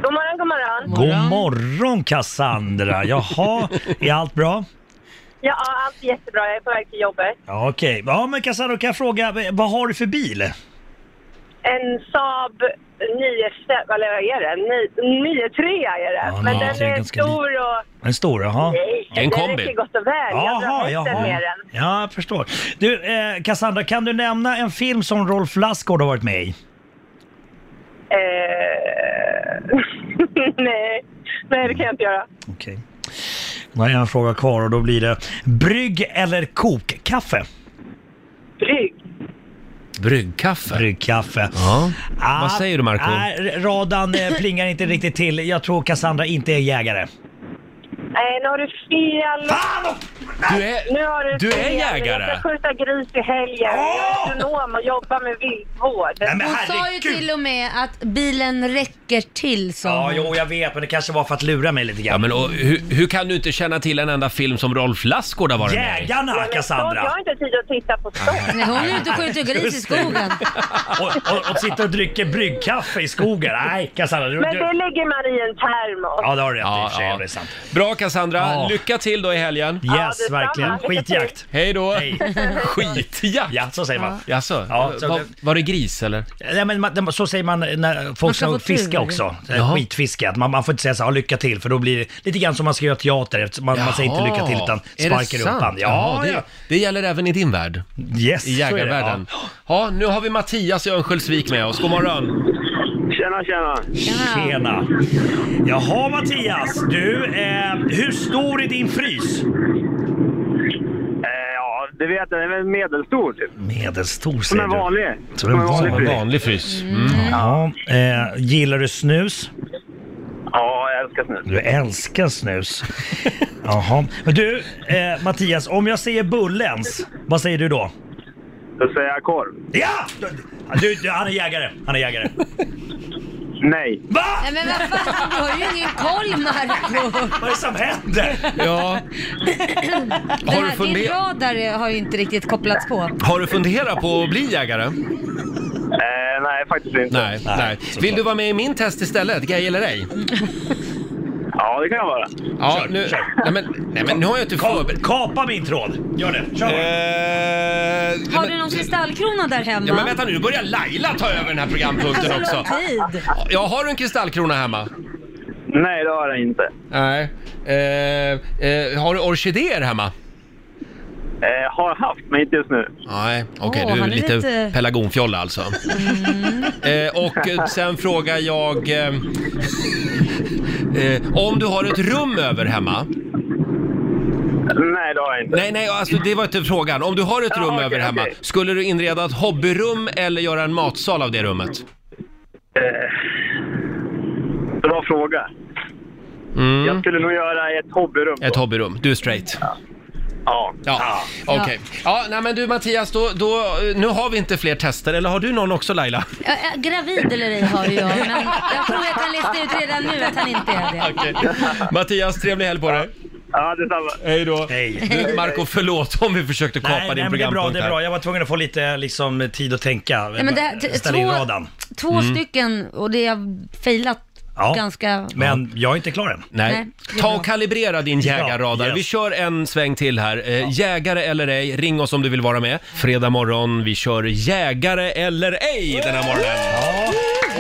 S14: God morgon, god morgon.
S8: God morgon Cassandra! Jaha, är allt bra?
S14: Ja, allt är jättebra. Jag är på väg till jobbet.
S8: Ja, Okej, ja men Cassandra kan jag fråga, vad har du för bil?
S14: En Saab 9, eller vad är det? 93 är det.
S8: Ja,
S14: Men
S8: nå,
S14: den
S8: det är
S14: är
S8: ganska
S14: stor och...
S8: En stor, jaha.
S14: Nej, den räcker gott och väl. jag drar
S8: Jaha,
S14: hästen med
S8: jaha.
S14: den.
S8: Ja, jag förstår. Du, eh, Cassandra, kan du nämna en film som Rolf Lassgård har varit med i?
S14: Eh, nej. nej, det kan jag inte göra.
S8: Okej. Då har jag en fråga kvar och då blir det brygg eller kokkaffe?
S14: Brygg.
S1: Bryggkaffe?
S8: Bryggkaffe.
S1: Ja.
S8: Ah,
S1: Vad säger du Marco?
S8: Nej, radan eh, plingar inte riktigt till. Jag tror Cassandra inte är jägare.
S14: Nej, nu har du fel.
S1: Du är,
S14: nu har du,
S8: du är
S14: fel.
S8: jägare.
S14: Jag ska skjuta gris i helgen. Jag är ekonom och jobbar med viltvård.
S2: Hon sa ju till och med att bilen räcker till, sa
S8: Ja,
S2: hon.
S8: jo, jag vet, men det kanske var för att lura mig lite grann.
S1: Ja, men och, hur, hur kan du inte känna till en enda film som Rolf Lassgård har varit med i?
S8: Jägarna,
S14: Ja, men sånt, Jag har inte tid att titta på sånt.
S2: Nej, hon är ute och skjuter gris i skogen.
S8: och, och, och sitta och dricka bryggkaffe i skogen. Nej, Cassandra. Du,
S14: Men det
S8: du...
S14: lägger man i en termos.
S8: Ja, det har du rätt i
S1: Ja,
S8: och för sig.
S1: ja.
S8: Det är sant.
S1: Bra Cassandra,
S8: Ja.
S1: lycka till då i helgen.
S8: Yes, verkligen. Skitjakt.
S1: Hej då!
S8: Skitjakt! Ja, så säger man.
S1: Jaså,
S8: Ja, så-
S1: var, var det gris eller?
S8: Nej, men man, de- så säger man när
S1: Man
S8: folk
S1: Eh, ska
S8: ska
S1: få tur,
S8: fiska
S1: eller?
S8: också.
S1: Jaha.
S8: Jaha. Skitfiska. Att Man, man får inte säga så här, "Ja, lycka till, för då blir det lite grann som man ska göra teater. eftersom Man, man säger inte lycka till utan sparkar i rumpan.
S1: Ja,
S8: Ja,
S1: det,
S8: ja.
S1: det gäller även i din värld.
S8: Yes,
S1: I jägarvärlden.
S8: så är
S1: Ja. nu har vi Mattias i Örnsköldsvik med oss. God morgon.
S15: Tjena, tjena.
S8: Tjena! Jaha Mattias, du, eh, hur stor är din frys?
S15: Eh, ja, det vet jag. Den är väl medelstor typ.
S8: Medelstor
S15: Som
S8: säger
S15: en
S8: du.
S15: vanlig.
S8: Som en vanlig,
S1: Som en vanlig frys.
S8: Mm.
S1: Mm.
S8: Ja, eh, gillar du snus?
S15: Ja, jag älskar snus.
S8: Du älskar snus. Jaha. Men du, eh, Mattias, om jag säger bullens, vad säger du då?
S15: Då säger jag korv.
S8: Ja! Du, du, han är jägare. Han är jägare.
S15: Nej.
S8: Va?
S2: Nej, men vad fan, du har ju ingen koll, Marco.
S8: Vad är det som händer?
S1: Ja.
S2: Det
S1: Har du
S2: här, din
S1: funderat-
S2: radar har ju inte riktigt kopplats på.
S1: Har du funderat på att bli jägare?
S15: Eh, nej, faktiskt inte.
S1: Nej, nej. Vill du vara med i min test istället? Gay eller ej?
S15: Ja, det kan jag vara.
S1: Ja, nu... Nej men, nej, men nu har jag inte förberett...
S8: Kapa min tråd! Gör det, kör
S1: eh,
S2: Har du någon kristallkrona där hemma?
S1: Ja men vänta nu, nu börjar Laila ta över den här programpunkten
S2: Så
S1: också.
S2: lång tid.
S1: Jag har du en kristallkrona hemma?
S15: Nej, det har jag inte.
S1: Nej. Eh, eh, har du orkidéer hemma?
S15: Eh, har haft, men inte just nu.
S1: Nej, okej
S15: Åh,
S1: du är
S15: han är
S1: lite,
S15: lite- Mm.
S1: pelargonfjolla alltså. Eh, och eh, sen frågar jag... Eh, eh, om du har ett rum över hemma?
S15: Nej, det har jag inte.
S1: Nej, nej, alltså det var inte frågan. Om du har ett rum
S15: okej,
S1: över hemma,
S15: okej.
S1: skulle du inreda ett hobbyrum eller göra en matsal av det rummet?
S15: Eh, bra fråga. Jag skulle nog göra ett hobbyrum.
S1: Mm. Ett hobbyrum. Du är straight.
S15: Ja.
S1: Ja, okej. Ja, nej men du Mattias, då, då, eh, nu har vi inte fler tester, eller har du någon också Laila?
S2: Ja, ja, gravid eller ej har ju jag, men jag tror jag kan lista ut redan nu att han inte är det.
S1: Mattias, trevlig helg på dig.
S15: Ja, detsamma.
S1: Hej då.
S8: Hej.
S1: Du, Marco, förlåt om vi försökte kapa
S8: Nej, nej,
S1: din
S8: men det är bra,
S1: programpunkt
S8: det är
S1: här.
S8: bra. Jag var tvungen att få lite liksom, tid att tänka.
S2: Nej, men det här, t-
S8: Ställa in
S2: två
S8: radarn. Mm.
S2: två stycken och det har failat
S1: Mm. Ja,
S2: ganska...
S1: men
S8: jag är inte klar än.
S1: Nej.
S2: Nej, det är
S1: Ta
S2: bra.
S1: och kalibrera din jägarradar.
S8: yes.
S1: Vi kör en sväng till här. Eh, Jägare eller ej, ring oss om du vill vara med. Fredag morgon, vi kör jägare eller ej den här morgonen.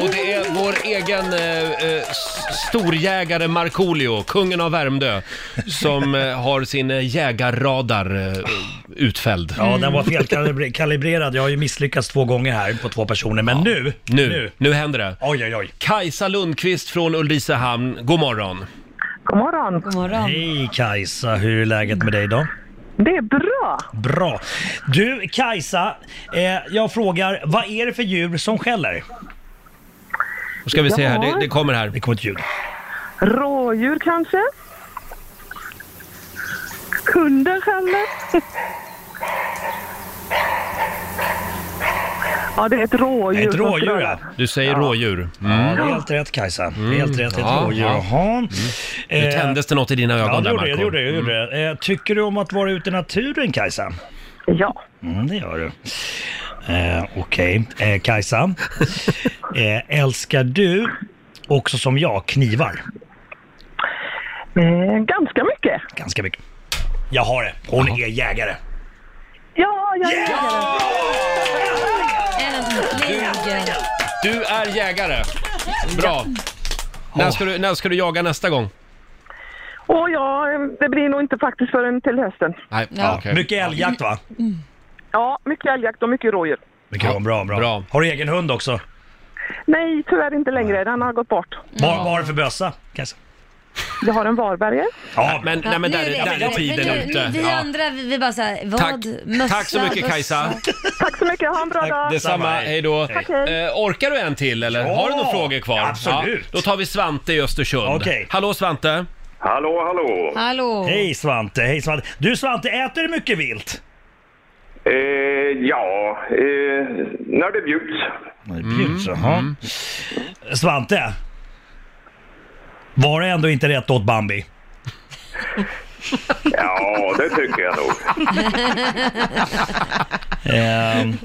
S1: Och det är vår egen eh, eh, s- storjägare Markoolio, kungen av Värmdö, som eh, har sin eh, jägarradar eh, utfälld.
S8: Ja, den
S1: mm.
S8: var felkalibrerad. Jag har ju misslyckats två gånger här på två personer, men nu,
S1: Nu, nu, händer det.
S8: Oj, oj, oj.
S1: Kajsa Lundqvist från Ulricehamn, god morgon.
S10: God morgon.
S2: God morgon.
S8: Hej Kajsa, hur är läget med dig idag?
S10: Det är bra.
S8: Bra. Du Kajsa, eh, jag frågar, vad är det för djur som skäller?
S1: Då ska vi se här, det, det kommer här.
S8: Det kommer ett ljud.
S10: Rådjur kanske? Kunden skäller? Ja, det är ett rådjur.
S8: Ett
S10: som
S8: rådjur
S10: skrönar.
S8: ja.
S1: Du säger rådjur. Mm.
S8: Ja, det är helt rätt Kajsa. Det är helt rätt, ett
S1: Ja,
S8: rådjur.
S1: ja.
S8: Jaha.
S1: Nu tändes det något i dina ögon
S8: Eh, Ja, det
S1: där
S8: gjorde
S1: Marco. Mm.
S8: det. det, gjorde det, det gjorde det. Eh, Tycker du om att vara ute i naturen, Kajsa?
S10: Ja.
S8: Mm, det gör du. Eh, Okej, eh, Kajsa. eh, älskar du, också som jag, knivar?
S10: Eh, ganska mycket.
S8: Ganska mycket. Jag har det. Hon är jägare.
S10: Ja, jag är
S2: Äntligen!
S1: Du är jägare. Bra. När ska, du, när ska du jaga nästa gång?
S10: Och ja, det blir nog inte faktiskt förrän till hösten.
S1: Nej,
S10: Ja.
S1: okej.
S8: Mycket älgjakt va?
S10: Ja, mycket älgjakt och mycket rådjur.
S8: Mycket bra, bra, bra. Har du egen hund också?
S10: Nej, tyvärr inte längre. Den har gått bort.
S8: Vad vad har du för bössa, Kajsa?
S10: Jag har en Varberger.
S8: Ja,
S1: men, nej, men
S2: nu
S1: där,
S2: vet
S1: är- där
S2: vi.
S1: är tiden
S2: Men nu-
S1: ute.
S2: Vi
S1: Ja.
S2: andra, vi, vi bara såhär, vad?
S1: Tack.
S2: Mössa,
S1: Tack så mycket
S2: bössa.
S1: Kajsa.
S10: Tack så mycket, ha en bra dag.
S1: Detsamma, hej då.
S10: Tack, hej.
S1: Eh, orkar du en till eller?
S8: Ja,
S1: Har du några frågor kvar?
S8: absolut.
S1: då tar vi Svante i Östersund.
S8: Okej.
S1: Hallå Svante!
S15: Hallå, hallå.
S2: Hallå!
S8: Hej Svante, hej Svante. Du Svante, äter du mycket vilt?
S15: Eh, ja, eh, när det bjuds.
S8: Bjuds, jaha. Mm, Svante. Var det ändå inte rätt åt Bambi?
S15: Ja, det tycker jag nog.
S8: Ehm,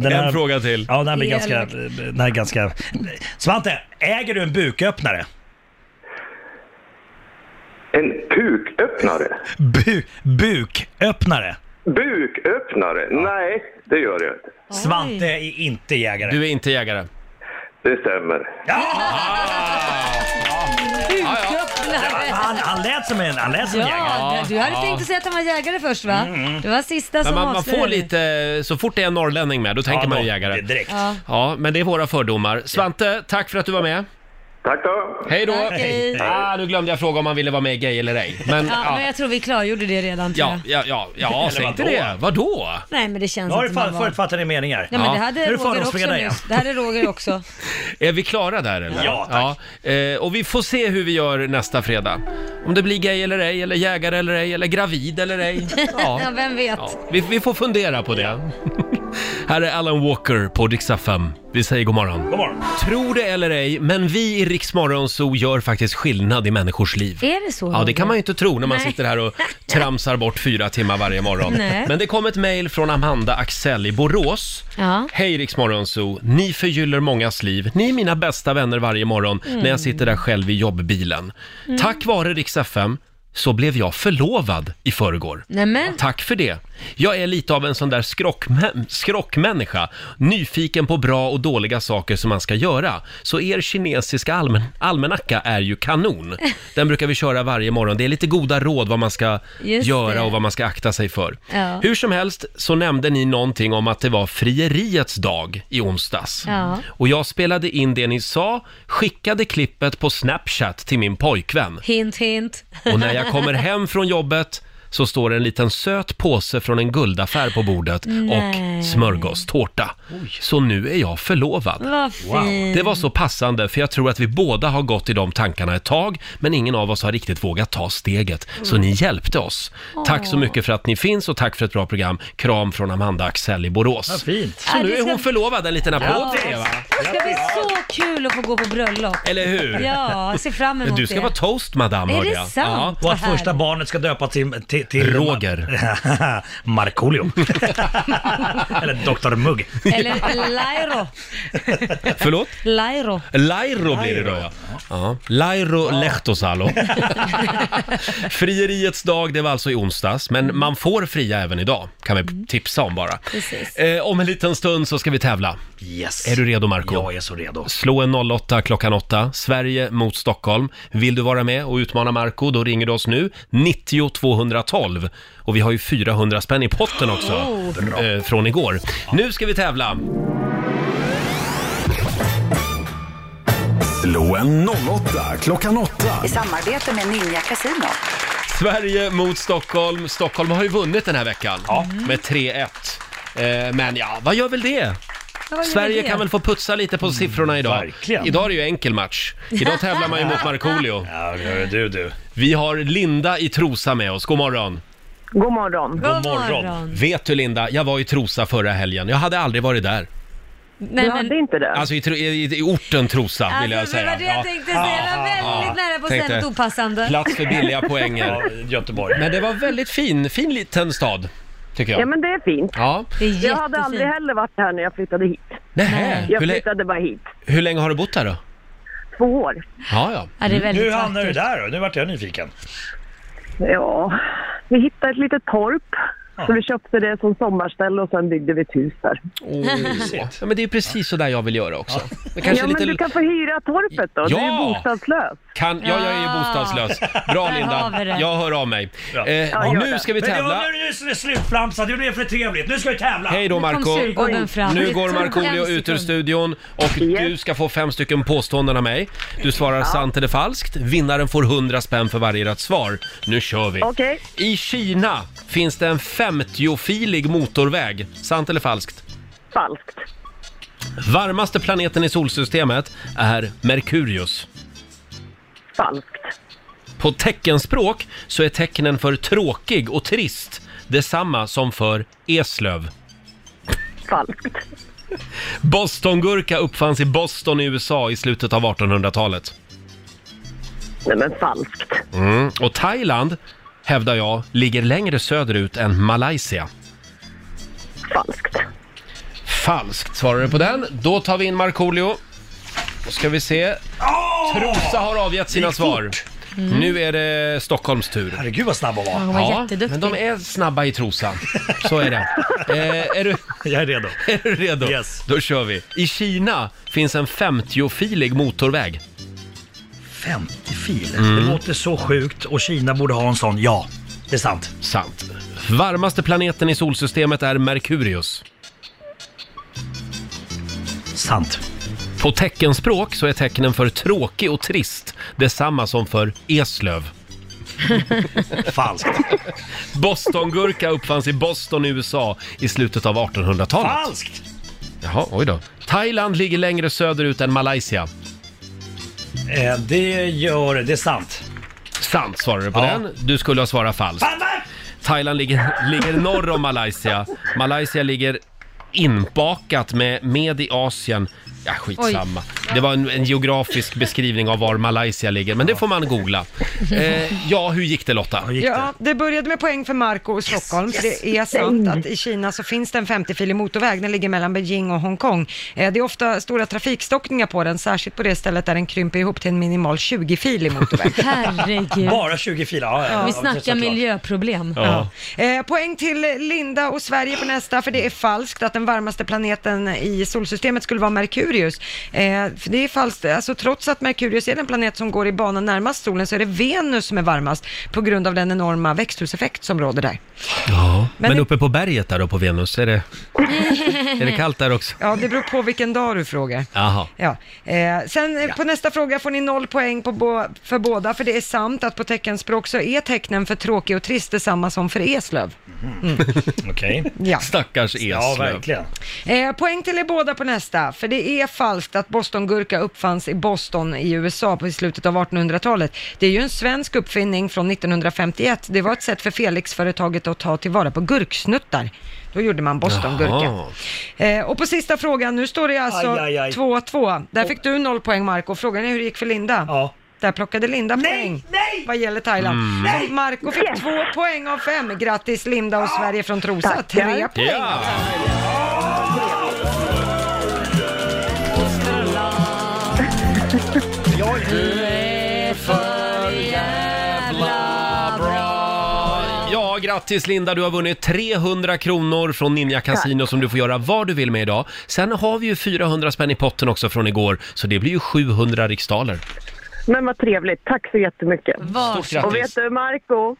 S8: den
S1: En fråga till.
S8: Ja, den här blir ganska...
S2: Elak.
S8: Den här är ganska... Svante, äger du en buköppnare?
S15: En puköppnare?
S8: Bu, buköppnare?
S15: Buköppnare? Nej, det gör jag inte.
S8: Svante är inte jägare.
S1: Du är inte jägare.
S15: Det stämmer.
S2: Utkupplar.
S8: Han, han lät som en, han lät som en jägare.
S2: Ja, du hade
S1: Ja. Mm,
S2: tänkt att säga att han var jägare först va? Det var sista
S1: Men
S2: som
S1: man, man
S2: avslöjade
S1: får
S2: det.
S1: lite, så fort det är en norrlänning med, då tänker
S8: Ja,
S1: man ju
S8: då-
S1: jägare.
S8: det- Direkt.
S2: Ja.
S1: Ja, men det är våra fördomar. Svante, tack för att du var med.
S15: Tack då.
S1: Hej då!
S2: Tack, hej.
S1: Ah, nu glömde jag fråga om han ville vara med i Gay eller ej. Men,
S2: Ja,
S1: ja,
S2: men jag tror vi klargjorde det redan tror
S1: ja,
S2: jag.
S1: ja, ja, ja,
S8: Eller
S1: säg inte
S8: vadå?
S1: det. Vadå?
S2: Nej men det känns
S8: Nu har du
S2: inte som
S8: fa-
S2: han var.
S8: förutfattade meningar.
S2: Nej men
S1: Ja.
S2: det
S8: Nu är
S2: hade
S8: det
S2: Roger också
S8: fördomsfredag igen.
S2: nyss. Det hade Roger också.
S1: Är vi klara där eller?
S8: Ja, tack.
S1: Ja, eh, och vi får se hur vi gör nästa fredag. Om det blir gay eller ej, eller jägare eller ej, eller gravid eller ej.
S2: Ja,
S1: Ja,
S2: vem vet.
S1: ja. Vi, vi får fundera på det. Här är Alan Walker på Dixa 5. Vi säger god morgon.
S8: God morgon.
S1: Tro det eller ej, men vi i Rix Morgon Zoo gör faktiskt skillnad i människors liv.
S2: Är det så?
S1: Ja, det kan man ju inte tro när man
S2: Nej.
S1: sitter här och tramsar bort fyra timmar varje morgon.
S2: Nej.
S1: Men det kom ett mejl från Amanda Axell i Borås.
S2: Ja.
S1: Hej Rix Morgonzoo, ni förgyller mångas liv. Ni är mina bästa vänner varje morgon
S2: Mm.
S1: när jag sitter där själv i jobbbilen. Tack vare Rix FM så blev jag förlovad i förrgår.
S2: Nej men,
S1: Tack för det. Jag är lite av en sån där skrockmä- skrockmänniska, nyfiken på bra och dåliga saker som man ska göra. Så er kinesiska almen- almanacka är ju kanon. Den brukar vi köra varje morgon. Det är lite goda råd vad man ska
S2: Just
S1: göra
S2: det.
S1: och vad man ska akta sig för.
S2: Ja.
S1: Hur som helst så nämnde ni någonting om att det var frieriets dag i onsdags.
S2: Ja.
S1: Och jag spelade in det ni sa, skickade klippet på Snapchat till min pojkvän.
S2: hint hint.
S1: Och när jag kommer hem från jobbet så står det en liten söt påse från en guldaffär på bordet
S2: Nej.
S1: och smörgåstårta. Så nu är jag förlovad.
S2: Vad fint.
S1: Det var så passande för jag tror att vi båda har gått i de tankarna ett tag men ingen av oss har riktigt vågat ta steget. Så ni hjälpte oss. Tack så mycket för att ni finns och tack för ett bra program. Kram från Amanda Axell i Borås.
S8: Fint.
S1: Så
S2: Ja,
S1: nu
S2: det
S1: är hon
S2: ska-
S1: förlovad. En liten applåd till det va?
S2: Det ska bli så kul att få gå på bröllop.
S1: Eller hur?
S2: Ja, jag ser fram emot
S1: Du ska
S2: det.
S1: vara toast madame
S2: Är
S1: hörde
S2: det
S1: jag.
S2: sant?
S1: Ja.
S8: Och att
S2: Vad
S8: första
S2: härligt.
S8: barnet ska döpa till... till, till
S1: Roger.
S8: Markoolio. Eller Dr Mugg.
S2: Eh, Eller Lairo.
S1: Förlåt?
S2: Lairo.
S1: Lairo blir det då ja. Ja. Lairo Lehtosalo. Frieriets dag, det var alltså i onsdags, men man får fria även idag, kan vi tipsa om bara.
S12: Precis.
S1: Eh, om en liten stund så ska vi tävla.
S8: Yes.
S1: Är du redo Marco?
S8: Jag är så redo.
S1: Slå en 08 klockan 8, Sverige mot Stockholm. Vill du vara med och utmana Marco, då ringer du oss nu, 90 212. Och vi har ju 400 spänn i potten också,
S12: Oh. Bra.
S1: eh, från igår. Nu ska vi tävla!
S4: Slå en 08 klockan 8.
S9: I samarbete med Ninja Casino.
S1: Sverige mot Stockholm. Stockholm har ju vunnit den här veckan med 3-1. Eh, Men ja, vad gör väl det?
S2: Ja, vad gör
S1: Sverige
S2: det?
S1: kan väl få putsa lite på siffrorna idag.
S8: verkligen.
S1: Idag är det ju enkel match. Idag tävlar man ju mot Markoolio.
S8: Ja, du, du.
S1: Vi har Linda i Trosa med oss. God morgon.
S10: God morgon.
S1: God Vet du Linda, jag var i Trosa förra helgen. Jag hade aldrig varit där.
S2: Nej,
S10: du hade inte det?
S1: Alltså i, tro- i, i orten Trosa vill jag
S2: det
S1: säga.
S2: var det jag tänkte säga. Det var väldigt nära på att säga
S1: Tänkte,
S2: något opassande.
S1: Plats för billiga poänger.
S8: Ja, Göteborg.
S1: Men det var väldigt fin, fin liten stad, tycker jag.
S10: Ja, men det är fint.
S1: Ja.
S10: jag hade aldrig heller varit här när jag flyttade hit.
S1: Nähä,
S10: Jag
S1: hur, lä-
S10: flyttade bara hit.
S1: hur länge har du bott där då?
S10: Två år.
S1: Ja, Mm. ja.
S10: Ja, det är väldigt
S8: nu hamnar du
S10: vackert.
S8: där då? Nu vart jag nyfiken.
S10: Ja, vi hittade ett litet torp. Så vi köpte det som sommarställe och sen byggde vi ett hus där.
S1: ja, men det är precis så där jag vill göra också. Men kanske
S10: ja,
S1: lite...
S10: men du kan få hyra torpet då. Du är ju
S1: Ja!
S10: bostadslös.
S1: Kan, ja, jag är ju bostadslös. Bra
S10: Där
S1: Linda,
S10: har vi det.
S1: jag hör av mig. Eh,
S10: Ja, gör
S1: nu
S10: det.
S1: ska vi
S8: Men det
S1: tävla.
S8: var- Nu är det slutflamsat, det blev för trevligt. Nu ska vi tävla!
S1: Hej då Marco
S2: surgubben fram.
S1: Nu
S2: Det
S1: går
S2: tog
S1: Markoolio
S2: en
S1: ut ur
S2: sekund.
S1: studion och du ska få fem stycken påståenden av mig. Du svarar sant eller falskt. Vinnaren får 100 spänn för varje rätt svar. Nu kör vi!
S10: Okej.
S1: I Kina finns det en 50-filig motorväg. Sant eller falskt?
S10: Falskt.
S1: Varmaste planeten i solsystemet är Merkurius.
S10: Falskt.
S1: På teckenspråk så är tecknen för tråkig och trist detsamma som för eslöv.
S10: Falskt.
S1: Bostongurka uppfanns i Boston i USA i slutet av 1800-talet.
S10: Nej, men falskt.
S1: Mm. Och Thailand, hävdar jag, ligger längre söderut än Malaysia.
S10: Falskt.
S1: Falskt svarar du på den. Då tar vi in Markoolio. Då ska vi se. Trosa har avgett
S8: Det
S1: sina
S8: gick
S1: svar.
S8: fort.
S2: Mm.
S1: Nu är det Stockholms tur.
S8: Herregud vad snabb hon var.
S2: hon var
S1: men
S2: jätteduktig.
S1: de är snabba i Trosa. Så är det. Eh, är du...
S8: Jag är redo.
S1: Är du redo?
S8: Yes.
S1: Då kör vi. I Kina finns en 50-filig motorväg.
S8: 50 fil.
S1: Mm.
S8: Det låter så sjukt och Kina borde ha en sån. Ja, det är sant.
S1: Sant. Varmaste planeten i solsystemet är Merkurius.
S8: Sant.
S1: På teckenspråk så är tecknen för tråkig och trist detsamma som för eslöv.
S8: Falskt.
S1: Bostongurka uppfanns i Boston, USA i slutet av 1800-talet.
S8: Falskt!
S1: Jaha, oj då. Thailand ligger längre söderut än Malaysia.
S8: Eh, det gör det. Det är sant.
S1: Sant svarade du på
S8: Ja.
S1: den. Du skulle ha svarat falskt.
S8: Fan, va?
S1: Thailand ligger, ligger norr om Malaysia. Malaysia ligger inbakat med, med i Asien. Ja, skitsamma. Det var en, en geografisk beskrivning av var Malaysia ligger, men det får man googla. Eh, ja, hur gick det Lotta?
S3: Ja, det började med poäng för Marco och Stockholm, för det är sant att i Kina så finns det en 50-filig motorväg, den ligger mellan Beijing och Hongkong. Eh, Det är ofta stora trafikstockningar på den, särskilt på det stället där den krymper ihop till en minimal 20-filig motorväg.
S2: Herregud.
S8: Bara 20 fil. Ja, ja,
S2: Vi
S8: ja,
S2: snackar
S8: såklart.
S2: miljöproblem.
S1: Ja.
S3: Eh, poäng till Linda och Sverige på nästa, för det är falskt att den varmaste planeten i solsystemet skulle vara Merkurius. Eh, för det är falskt, alltså trots att Merkurius är den planet som går i banan närmast solen så är det Venus som är varmast på grund av den enorma växthuseffekt som råder där.
S1: Ja, men,
S3: Men det-
S1: uppe på berget där då på Venus, är det, är det kallt där också?
S3: Ja, det beror på vilken dag du frågar.
S1: Jaha.
S3: Ja. Eh, sen eh, på nästa fråga får ni noll poäng på bo- för båda, för det är sant att på teckenspråk så är tecknen för tråkig och trist detsamma som för eslöv.
S8: Okej.
S3: Ja.
S1: Stackars Mm. eslöv.
S8: Ja, verkligen.
S3: Eh, poäng till er båda på nästa, för det är falskt att bostongurka uppfanns i Boston i USA på i slutet av 1800-talet. Det är ju en svensk uppfinning från 1951. Det var ett sätt för Felix-företaget att ta tillvara på gurksnuttar. Då gjorde man bostongurka.
S1: Jaha.
S3: Eh, och på sista frågan, nu står det alltså
S8: Aj, aj, aj.
S3: 2-2. Där fick du noll poäng Marco. Frågan är hur det gick för Linda?
S8: Ja.
S3: Där plockade Linda poäng nej! vad gäller Thailand. Så Marco fick två poäng av fem. Grattis Linda och Sverige från Trosa. Tre poäng.
S1: Ja.
S8: Jag
S12: Oj. Du är för jävla bra.
S1: Ja, grattis Linda, du har vunnit 300 kronor från Ninja Casino som du får göra vad du vill med idag. Sen har vi ju 400 spänn i potten också från igår, så det blir ju 700 riksdaler.
S10: Men vad trevligt, tack så jättemycket.
S1: Varsågod.
S10: Och vet du Marco,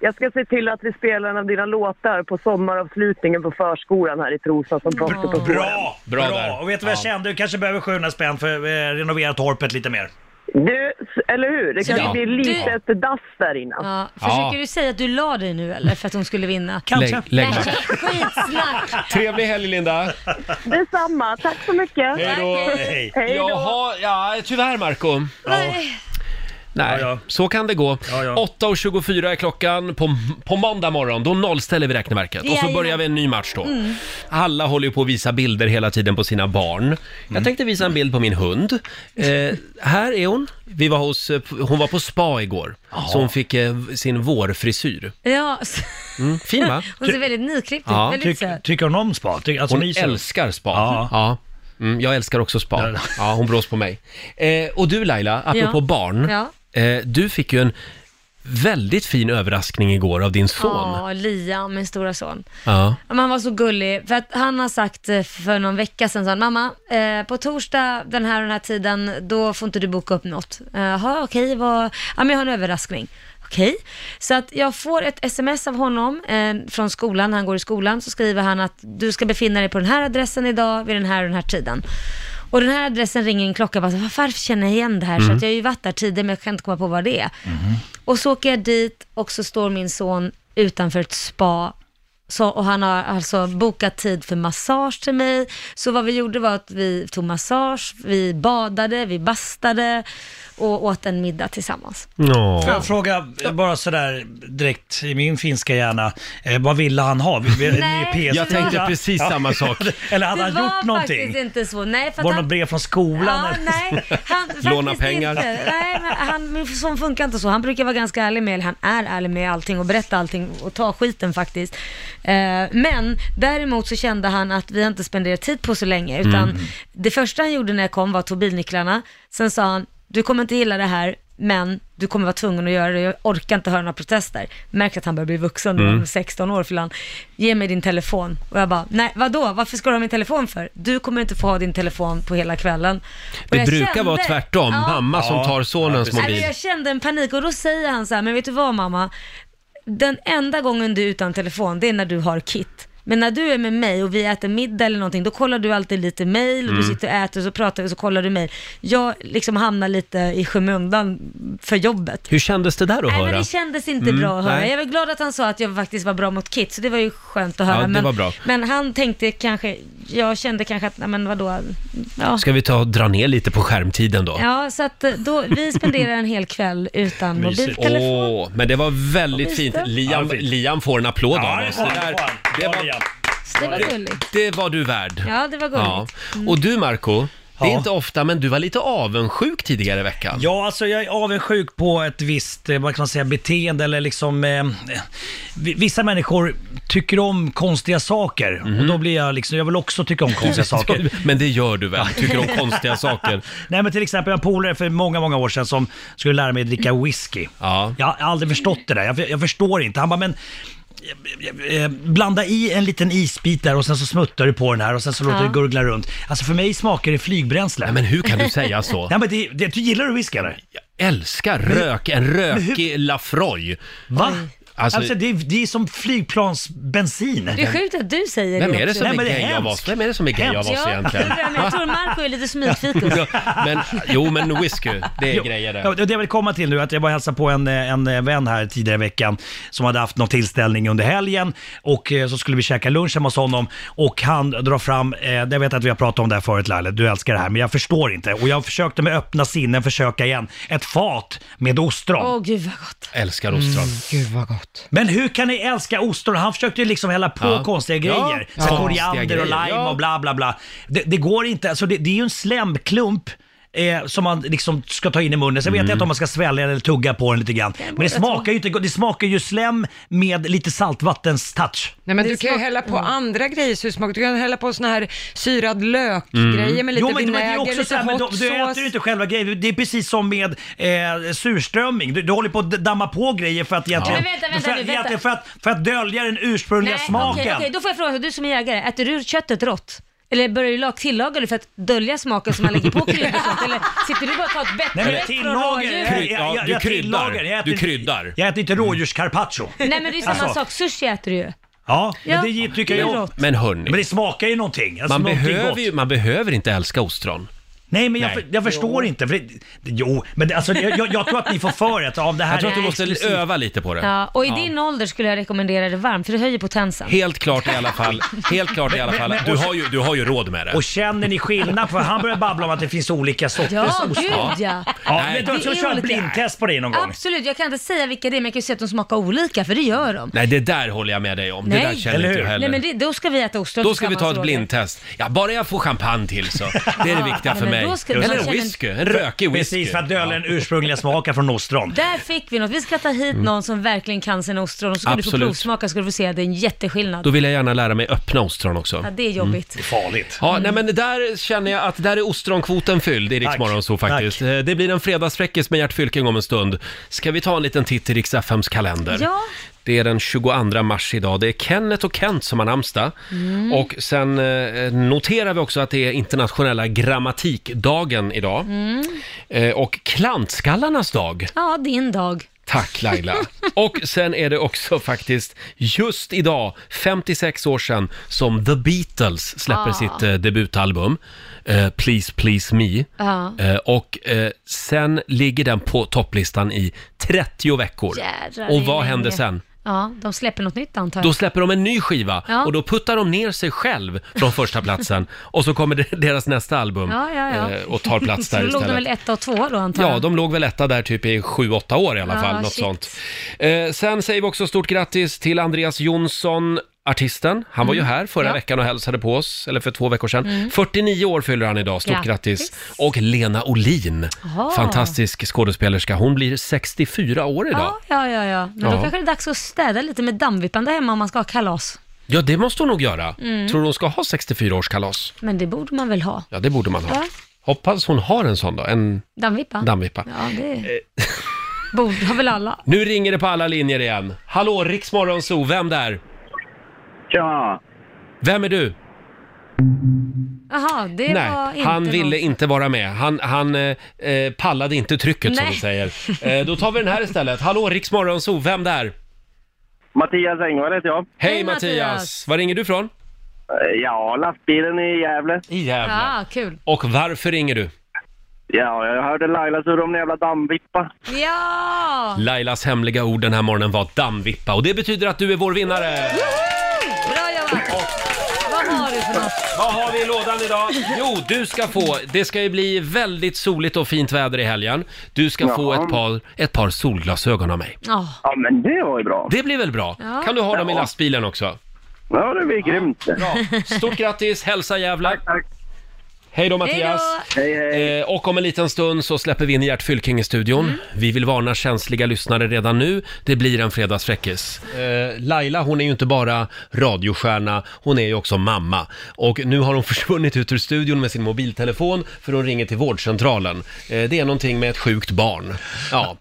S10: jag ska se till att vi spelar en av dina låtar på sommaravslutningen på förskolan här i Trosa som proffset på spåren.
S8: Bra! Bra, Och vet du vad jag kände? Du kanske behöver 700 spänn för att eh, renovera torpet lite mer.
S10: Du, eller hur? Det kan
S8: Ja.
S10: ju bli lite
S8: Du-
S10: ett dass där inne.
S2: Ja,
S1: Ja.
S2: försöker du säga att du la dig nu eller för att hon skulle vinna?
S1: Kanske. Lägg- lägg
S2: Nej,
S1: back.
S2: skitsnack!
S1: Trevlig helg Linda!
S10: Detsamma, tack så mycket.
S1: Hej då!
S10: Hej då.
S1: Jaha, ja, tyvärr Marco.
S2: Nej.
S1: Nej, så kan det gå. 8.24 är klockan på, på måndag morgon. Då nollställer vi räkneverket och så
S12: Jajamän.
S1: börjar vi en ny match då.
S12: Mm.
S1: Alla håller ju på att visa bilder hela tiden på sina barn. Jag tänkte visa en bild på min hund. Eh, här är hon. Vi var hos, eh, hon var på spa igår, så hon fick eh, sin vårfrisyr.
S2: Ja, så-
S1: Mm, fin va?
S2: hon ser väldigt nyklippt ut.
S1: Ja.
S2: Väldigt söt.
S1: tycker hon om spa?
S8: alltså,
S1: hon
S8: myser hon?
S1: älskar spa. Ja. Mm, jag älskar också spa. Ja, hon brås på mig. Eh, och du Laila, apropå
S2: Ja.
S1: barn.
S2: Ja.
S1: Eh, du fick ju en väldigt fin överraskning igår av din son.
S2: Ja, Liam, min stora son.
S1: Ja.
S2: Ja, men han var så gullig, för att han har sagt eh, för någon vecka sedan, så han, mamma, eh, på torsdag den här och den här tiden, då får inte du boka upp något. Eh, Jaha, okej, vad... Ja, men jag har en överraskning. Okej, så att jag får ett sms av honom eh, från skolan, han går i skolan, så skriver han att du ska befinna dig på den här adressen idag vid den här och den här tiden. Och den här adressen ringer en klocka, bara, så, varför känner jag igen det här? Så
S12: Mm.
S2: att jag har ju varit där tidigare, men jag kan inte komma på vad det är. Och så åker jag dit och så står min son utanför ett spa. Så, och han har alltså bokat tid för massage till mig. Så vad vi gjorde var att vi tog massage, vi badade, vi bastade och åt en middag tillsammans.
S8: Får jag fråga eh, bara sådär direkt i min finska hjärna, eh, vad ville han ha? Vi- vi-
S2: Nej,
S8: ni är
S2: Jag tänkte
S8: PS4.
S1: precis
S8: Ja.
S1: samma sak.
S8: Eller hade
S2: det
S8: han
S2: var
S8: gjort någonting?
S2: faktiskt inte så. Nej, för
S8: Var
S2: att
S8: det något
S2: han...
S8: brev från skolan?
S2: Ja,
S8: eller?
S2: nej, han, faktiskt
S8: Låna pengar.
S2: Inte. Nej, men han, min son funkar inte så. Han brukar vara ganska ärlig med, eller han är ärlig med allting och berätta allting och ta skiten faktiskt. Eh, men däremot så kände han att vi har inte spenderat tid på så länge, utan
S12: Mm.
S2: det första han gjorde när jag kom var att ta bilnycklarna. Sen sa han, du kommer inte gilla det här, men du kommer vara tvungen att göra det. Jag orkar inte höra några protester. Märker att han börjar bli vuxen, nu,
S12: Mm.
S2: 16 år fyllde han. Ge mig din telefon. Och jag bara, nej vadå, varför ska du ha min telefon för? Du kommer inte få ha din telefon på hela kvällen. Och
S1: Det
S2: jag
S1: brukar
S2: kände-
S1: vara tvärtom,
S2: Ja.
S1: mamma som
S2: Ja.
S1: tar sonens
S2: Nej, men
S1: mobil.
S2: Jag kände en panik och då säger han så här, men vet du vad mamma? Den enda gången du är utan telefon, det är när du har kit. Men när du är med mig och vi äter middag eller någonting, då kollar du alltid lite mail och du
S12: Mm.
S2: sitter och äter och så pratar vi och så kollar du mail. Jag liksom hamnar lite i skymundan för jobbet.
S1: Hur kändes det där att
S2: Nej,
S1: höra?
S2: men det kändes inte
S1: Mm,
S2: bra att höra.
S1: nej.
S2: Jag var glad att han sa att jag faktiskt var bra mot Kit, så det var ju skönt att
S1: Ja,
S2: höra.
S1: det
S2: men,
S1: var bra.
S2: men han tänkte kanske, jag kände kanske att, nej men vadå, ja.
S1: Ska vi ta och dra ner lite på skärmtiden då?
S2: Ja, så att eh, då, vi spenderar en hel kväll utan mobiltelefon.
S1: Åh, men det var
S2: Och
S1: väldigt
S2: visst
S1: fint.
S2: det.
S1: Liam, Liam får en applåd
S8: Ja,
S1: av
S8: det
S1: oss.
S8: får
S1: Det,
S8: han,
S1: där,
S8: det får han.
S1: det, var,
S2: Det var gulligt.
S1: det var du värd.
S2: Ja, det var
S1: Ja.
S2: gulligt. Mm.
S1: Och du Marco, det är
S8: Ja.
S1: inte ofta men du var lite avundsjuk tidigare i veckan.
S8: Ja, alltså jag är avundsjuk på ett visst, eh, vad kan man säga, beteende eller liksom... Eh, vi- vissa människor tycker om konstiga saker och då blir jag liksom, jag vill också tycka om konstiga saker.
S1: Mhm. Men det gör du väl? Tycker om konstiga saker?
S8: Nej men till exempel en polare för många, många år sedan som skulle lära mig att dricka whisky. Jag har aldrig förstått det där, jag, jag förstår inte. Han bara, men eh, eh, blanda i en liten isbit där och sen så smuttar du på den här och sen så låter
S1: Ja.
S8: du gurgla runt. Alltså för mig smakar det flygbränsle.
S1: Nej, men hur kan du säga så?
S8: Nej men det, det, du gillar du whisky eller?
S1: Älskar rök, en rökig Lafroy.
S8: Va?
S1: Alltså-
S8: Alltså, det, är, det är som flygplansbensin.
S2: Det är sjukt att du säger
S1: Vem
S2: det
S1: är det
S2: också.
S1: som är gay av oss? Vem är det som är gay av
S2: Hemskt.
S1: oss
S2: Ja,
S1: egentligen?
S2: jag undrar, men Jag tror Marco är lite smygfikus.
S1: Ja, men, jo, men whisky, det är
S8: Jo,
S1: grejer det.
S8: ja, Det jag vill komma till nu, är att jag var och hälsade på en, eh, en eh, vän här tidigare i veckan som hade haft någon tillställning under helgen och eh, så skulle vi käka lunch hemma hos honom och han drar fram, eh, jag vet att vi har pratat om det här förut Laila, du älskar det här men jag förstår inte och jag försökte med öppna sinnen försöka igen, ett fat med ostron. Mm,
S2: Åh gud vad gott.
S1: Älskar ostron.
S8: gud vad gott. Men hur kan ni älska ostron? Han försökte ju liksom hälla på
S1: Ja.
S8: konstiga
S1: Ja,
S8: grejer. Så
S1: konstiga
S8: koriander och
S1: grejer,
S8: lime
S1: ja.
S8: och bla bla bla. Det, det går inte, alltså det, det är ju en slemklump eh, som man liksom ska ta in i munnen. Sen vet
S1: Mm.
S8: jag inte om man ska svälja eller tugga på den lite grann. Men det
S3: båda
S8: smakar ju inte gott. Det smakar ju slem med lite saltvattenstouch.
S3: Nej men du kan ju hälla på
S1: Mm.
S3: andra grejer så det smakar. Du kan hälla på såna här syrad lök-grejer
S1: Mm.
S3: med lite
S8: Mm. jo, men, men det är
S3: vinäger,
S8: också så
S3: lite
S8: här, men
S3: hot
S8: då,
S3: sauce.
S8: Du äter ju inte själva grejen. Det är precis som med eh, surströmming. Du, du håller på att damma på grejer för att egentligen,
S2: Men vänta, vänta
S8: för, att-
S2: nu, vänta.
S8: egentligen för, att, för att dölja den ursprungliga
S2: Nej,
S8: smaken.
S2: Okej, okej, då får jag fråga, du som är jägare, äter du köttet rått? Eller börjar du lag- tillaga det för att dölja smaken som man lägger på kryddor och sånt? Eller sitter du bara och tar ett bett
S8: Nej, men
S2: direkt från
S8: tillagar-
S2: rådjuret?
S8: Kry- ja, jag- jag tillagar. Jag äter- Jag äter inte
S1: Mm.
S8: rådjurscarpaccio.
S2: Nej men det är samma
S8: Alltså,
S2: sak, sushi äter du ju.
S8: Ja,
S2: Ja,
S8: men det gi- tycker
S2: det
S8: jag
S2: är
S8: om.
S2: gott.
S1: Men hörni.
S8: Men det smakar ju någonting. Alltså,
S1: man,
S8: någonting
S1: behöver
S8: gott.
S1: ju, man behöver inte älska ostron.
S8: Nej, men jag,
S1: Nej.
S8: för- jag förstår inte. För det, det- jo, men det, alltså, jag, jag, jag tror att ni får för er att ja, det här
S1: Jag tror att du
S8: är
S1: måste
S8: exklusivt.
S1: öva lite på det.
S2: Ja, och i din ålder skulle jag rekommendera det varmt, för det höjer potensen.
S1: Helt klart i alla fall, helt klart i alla fall.
S8: men-
S1: Du har ju, du har ju råd med det.
S8: Och känner ni skillnad? För han börjar babbla om att det finns olika sorters
S2: Ja,
S8: ost.
S2: gud ja.
S8: ja
S2: Nej,
S8: vet du,
S2: det
S8: jag ska
S2: är
S8: köra ett
S2: olika.
S8: blindtest på dig någon gång.
S2: Absolut, jag kan inte säga vilka det är, men jag kan ju säga att de smakar olika, för det gör de.
S1: Nej, det där håller jag med dig om. Det där känner
S8: Eller
S1: inte
S8: hur?
S1: jag heller.
S2: Nej men det, då ska vi äta ostron
S1: Då ska vi ta ett
S2: tillsammans, Roger.
S1: blindtest. Ja, bara jag får champagne till så. Det är det
S2: Ja,
S1: viktiga för
S2: men
S1: mig.
S2: då ska- man
S1: Eller en
S2: känner-
S1: whisky, en rökig whisky.
S8: Precis, för att dölja den ursprungliga smaken från ostron.
S2: Där fick vi något. Vi ska ta hit någon som verkligen kan sina ostron och så ska du
S1: Mm. Absolut.
S2: få provsmaka så ska du få se att det är en jätteskillnad.
S1: Då vill jag gärna lära mig öppna ostron också.
S2: Ja, det är jobbigt.
S1: Mm.
S8: Farligt.
S1: Ja, nej men där känner jag att där är ostronkvoten fylld i Rix
S8: Tack.
S1: Morgonzoo faktiskt. Eh, Det blir en fredagsfräckis med Gert Fylking om en stund. Ska vi ta en liten titt i Rix FMs kalender?
S12: Ja.
S1: Det är den 22 mars idag. Det är Kenneth och Kent som har namnsdag.
S12: Mm.
S1: Och sen eh, noterar vi också att det är internationella grammatikdagen idag.
S2: Mm.
S1: Eh, och klantskallarnas dag.
S2: Ja, din dag.
S1: Tack Laila. Och sen är det också faktiskt just idag, 56 år sedan, som The Beatles släpper
S2: Ah.
S1: sitt eh, debutalbum, eh, Please Please Me.
S2: Ja.
S1: Eh, och eh, sen ligger den på topplistan i 30 veckor.
S2: Jädrar,
S1: och
S2: det är
S1: vad
S2: länge.
S1: händer sen?
S2: Ja, de släpper något nytt antar jag.
S1: Då släpper de en ny skiva
S2: Ja.
S1: och då puttar de ner sig själv från första platsen och så kommer det- deras nästa album
S2: Ja, ja, ja.
S1: eh, och tar plats där
S2: Så då låg
S1: istället.
S2: de väl ett och två då antar jag?
S1: Ja, de låg väl etta där typ i sju åtta år i alla
S2: Ja,
S1: fall. Något
S2: shit.
S1: sånt. Eh, sen säger vi också stort grattis till Andreas Jonsson, artisten. Han var
S12: Mm.
S1: ju här förra
S12: Ja.
S1: veckan och hälsade på oss, eller för två veckor sedan.
S12: Mm.
S1: 49 år fyller han idag, stort
S12: Grattis.
S1: grattis. Och Lena Olin,
S2: Jaha.
S1: fantastisk skådespelerska. Hon blir 64 år idag.
S2: Ja, ja, ja, ja.
S1: Ja.
S2: Men då kanske det är dags att städa lite med dammvippan där hemma om man ska ha kalas.
S1: Ja, det måste hon nog göra.
S2: Mm.
S1: Tror du hon ska ha 64-årskalas?
S2: Men det borde man väl ha?
S1: Ja, det borde man ha.
S2: Ja.
S1: Hoppas hon har en sån då, en
S2: Dammvippa?
S1: dammvippa. Eh,
S2: Ja, det borde har väl alla.
S1: Nu ringer det på alla linjer igen. Hallå, Riksmorgonzoo, vem där? Tja! Vem är du?
S2: Jaha, det var
S1: Nej,
S2: inte
S1: han ville
S2: någon-
S1: inte vara med. Han, han eh, eh, pallade inte trycket som
S2: Nej.
S1: vi säger. Eh, då tar vi den här istället. Hallå, Riksmorgonzoo, vem där?
S16: Mattias Engvall heter jag.
S1: Hej, Mattias. Var ringer du ifrån?
S16: Eh, Ja, lastbilen i Gävle.
S1: I Gävle.
S2: Ja, kul.
S1: Och varför ringer du?
S16: Ja, jag hörde Laila surra om en jävla dammvippa.
S2: Ja!
S1: Lailas hemliga ord den här morgonen var dammvippa och det betyder att du är vår vinnare!
S2: Bra jobbat! Vad har du för något?
S1: Vad har vi i lådan idag? Jo, du ska få, det ska ju bli väldigt soligt och fint väder i helgen. Du ska få
S16: Ja.
S1: ett par, ett par solglasögon av mig.
S2: Ja.
S16: Ja, men det var ju bra.
S1: Det blir väl bra?
S16: Ja.
S1: Kan du ha dem i
S16: Ja.
S1: lastbilen också?
S16: Ja, det blir grymt.
S1: Bra. Stort grattis, hälsa Gävle. Tack,
S16: tack.
S1: Hej då Mattias!
S16: Hej,
S1: hej. Eh, och om en liten stund så släpper vi in Gert Fylking i studion. Vi vill varna känsliga lyssnare redan nu. Det blir en fredagsfräckis. Eh, Laila, hon är ju inte bara radiostjärna, hon är ju också mamma. Och nu har hon försvunnit ut ur studion med sin mobiltelefon för hon ringer till vårdcentralen. Eh, det är någonting med ett sjukt barn. Ja.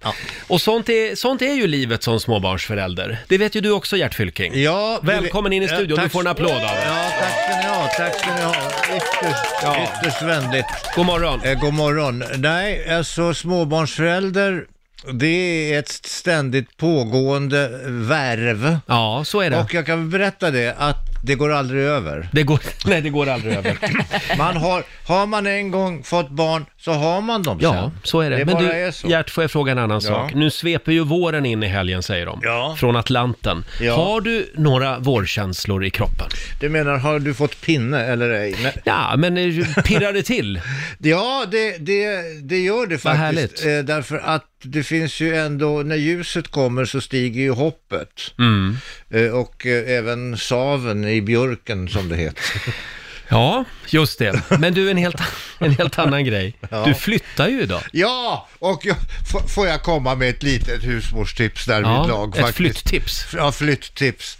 S1: Och sånt är, sånt är ju livet som småbarnsförälder. Det vet ju du också Gert Fylking.
S7: Ja, det-
S1: Välkommen in i
S7: Ja,
S1: studion, du
S7: tack.
S1: får en applåd av oss.
S7: Ja, tack ska ni ha. Tack ska ni ha. Ytterst, ytterst vänligt.
S1: God morgon.
S7: Eh, god morgon. Nej, alltså småbarnsförälder, det är ett ständigt pågående värv.
S1: Ja, så är det.
S7: Och jag kan berätta det, att det går aldrig över.
S1: Det går, nej, det går aldrig över.
S7: man har, har man en gång fått barn så har man dem sen.
S1: Ja, så är det.
S7: det
S1: Men
S7: bara
S1: du,
S7: är så.
S1: Gert, får jag fråga en annan
S7: Ja.
S1: sak? Nu sveper ju våren in i helgen, säger de.
S7: Ja.
S1: Från Atlanten.
S7: Ja.
S1: Har du några vårkänslor i kroppen?
S7: Du menar, har du fått pinne eller ej?
S1: Ja, men eh, pirrar det till?
S7: Ja, det, det, det gör det
S1: Vad
S7: faktiskt. Eh, därför att det finns ju ändå, när ljuset kommer så stiger ju hoppet.
S1: Mm.
S7: Eh, och eh, även saven i björken som det heter.
S1: Ja, Just det. Men du, en helt, en helt annan grej. Du flyttar ju idag.
S7: Ja, och jag, f- får jag komma med ett litet husmorstips där
S1: Ja,
S7: vid lag
S1: ett flytttips.
S7: Ja, flytttips.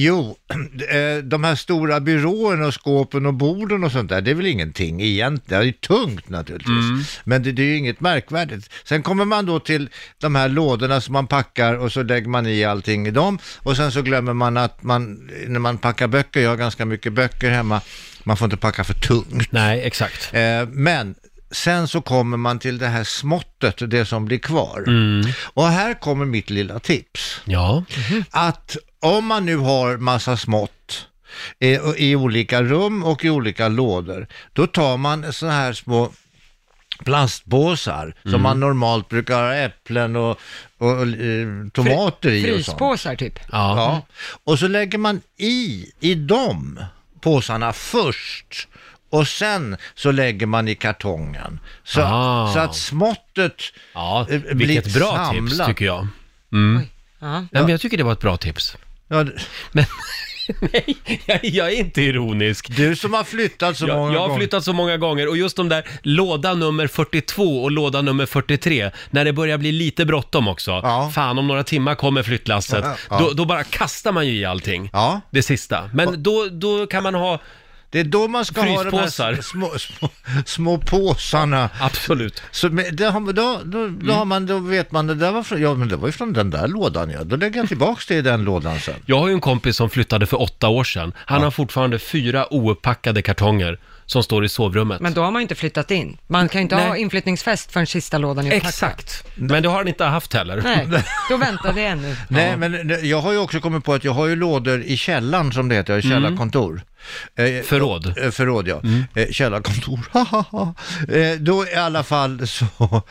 S7: Jo, eh, de här stora byråerna och skåpen och borden och sånt där, det är väl ingenting egentligen. Det är tungt naturligtvis,
S1: Mm.
S7: men det, det är ju inget märkvärdigt. Sen kommer man då till de här lådorna som man packar och så lägger man i allting i dem och sen så glömmer man att man, när man packar böcker, jag har ganska mycket böcker hemma, man får inte packa för tungt.
S1: Nej, exakt.
S7: Eh, men sen så kommer man till det här småttet, det som blir kvar. Och här kommer mitt lilla tips.
S1: Ja.
S7: Att om man nu har massa smått eh, och i olika rum och i olika lådor, då tar man sådana här små plastpåsar som man normalt brukar ha äpplen och, och, eh, tomater i och sånt.
S3: Fryspåsar typ.
S1: Ja. Mm.
S7: Och så lägger man i, i de påsarna först och sen så lägger man i kartongen. Så,
S1: Ah.
S7: så att småttet eh,
S1: ja,
S7: blir
S1: Vilket bra
S7: samlat.
S1: tips tycker jag. Mm.
S7: Ja.
S1: Nej, men jag tycker det var ett bra tips.
S7: Ja,
S1: men, nej, jag, jag är inte ironisk.
S7: Du som har flyttat så
S1: jag,
S7: många
S1: Jag har
S7: gånger.
S1: flyttat så många gånger och just de där låda nummer 42 och låda nummer 43, när det börjar bli lite bråttom också. Fan, om några timmar kommer flyttlasset.
S7: Ja, ja.
S1: Då, då bara kastar man ju i allting.
S7: Ja.
S1: Det sista. Men då, då kan man ha
S7: det är då man ska ha de här
S1: fryspåsar.
S7: små, små, små påsarna.
S1: Absolut. Mm.
S7: Så med, det har, då, då, då, har man, då vet man, det där var från, ja, men det var ju från den där lådan ja. Då lägger jag tillbaks det i den lådan sen.
S1: Jag har ju en kompis som flyttade för åtta år sedan. Han har fortfarande fyra ouppackade kartonger som står i sovrummet.
S3: Men då har man ju inte flyttat in. Man kan ju inte
S1: Nej.
S3: ha inflyttningsfest förrän sista lådan är uppackad.
S1: Exakt. Men det har han inte haft heller.
S3: Nej, då väntar vi ännu.
S7: Nej, men det- jag har ju också kommit på att jag har ju lådor i källaren som det heter, jag har ju källarkontor. Eh,
S1: Mm. Förråd. Mm.
S7: eh, Förråd ja. Eh, Källarkontor, eh, Då i alla fall så,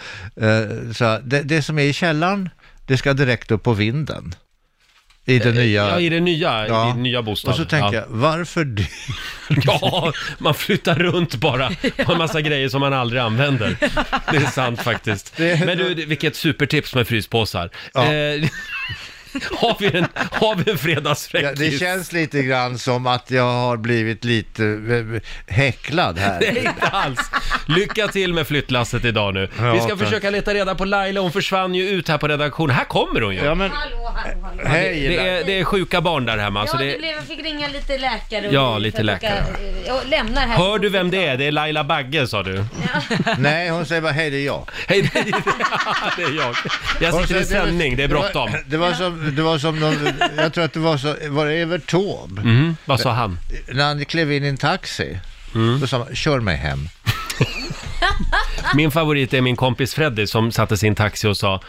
S7: eh, så det, det som är i källaren, det ska direkt upp på vinden. I det nya...
S1: Eh, Ja, i det nya,
S7: Ja.
S1: i din nya bostad.
S7: Och så tänker
S1: ja.
S7: jag, varför det?
S1: Ja, man flyttar runt bara på en massa grejer som man aldrig använder. Det är sant faktiskt. Men du, vilket supertips med fryspåsar. Eh, har, vi en, har vi en
S7: Ja,
S1: fredagsfräckis?
S7: det känns lite grann som att jag har blivit lite eh, häcklad här.
S1: Nej, inte alls. Lycka till med flyttlasset idag nu.
S7: Ja,
S1: vi ska
S7: tack.
S1: försöka leta reda på Laila, hon försvann ju ut här på redaktionen. Här kommer hon ju!
S7: Ja, men- Hej,
S1: det, det,
S7: Laila.
S1: är, det är sjuka barn där hemma. så
S2: ja, det...
S1: Alltså, det,
S2: blev, jag fick ringa lite läkare.
S1: Ja, lite
S2: för att
S1: läkare.
S2: åka- eh, Jag lämnar här.
S1: hör du vem det är? Det är Laila Bagge sa du.
S7: Nej, hon säger bara hej, det är jag.
S1: Hej, det är, det är jag. Jag sitter i
S7: Och så- det var-
S1: sändning, det är bråttom.
S7: Det var, det var som, det var som någon, jag tror att det var så, var det Evert Taube?
S1: Mhm, vad sa han? Mm.
S7: När han klev in i en taxi, då sa han, kör mig hem.
S1: Min favorit är min kompis Freddy som satte sin taxi och sa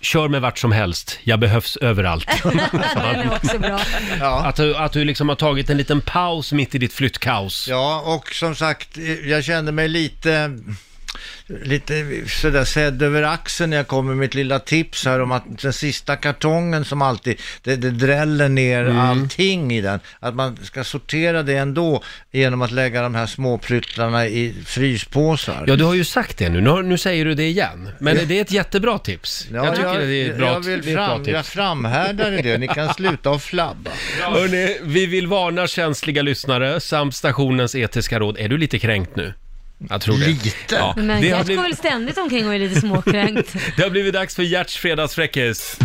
S1: Kör mig vart som helst, jag behövs överallt.
S2: Den är också bra.
S1: Att, du, att du liksom har tagit en liten paus mitt i ditt flyttkaos.
S7: Ja, och som sagt, eh, jag kände mig lite, lite sådär sedd över axeln när jag kom med mitt lilla tips här om att den sista kartongen som alltid, det, det dräller ner
S1: Mm.
S7: allting i den, att man ska sortera det ändå genom att lägga de här småpryttlarna i fryspåsar.
S1: Ja, du har ju sagt det nu. Nu, har, nu säger du det igen. Men det är ett jättebra tips.
S7: Ja,
S1: jag tycker det är ett bra,
S7: jag vill
S1: det är ett bra
S7: fram,
S1: tips.
S7: Jag framhärdar i det. Ni kan sluta och flabba.
S1: Hörrni, vi vill varna känsliga lyssnare samt stationens etiska råd. Är du lite kränkt nu? Jag tror det. Lite? Ja.
S2: Men
S1: Det,
S2: jag
S1: har
S2: går
S1: blivit,
S2: väl ständigt omkring och är lite småkränkt.
S1: det har blivit dags för Gerts fredagsfräckis.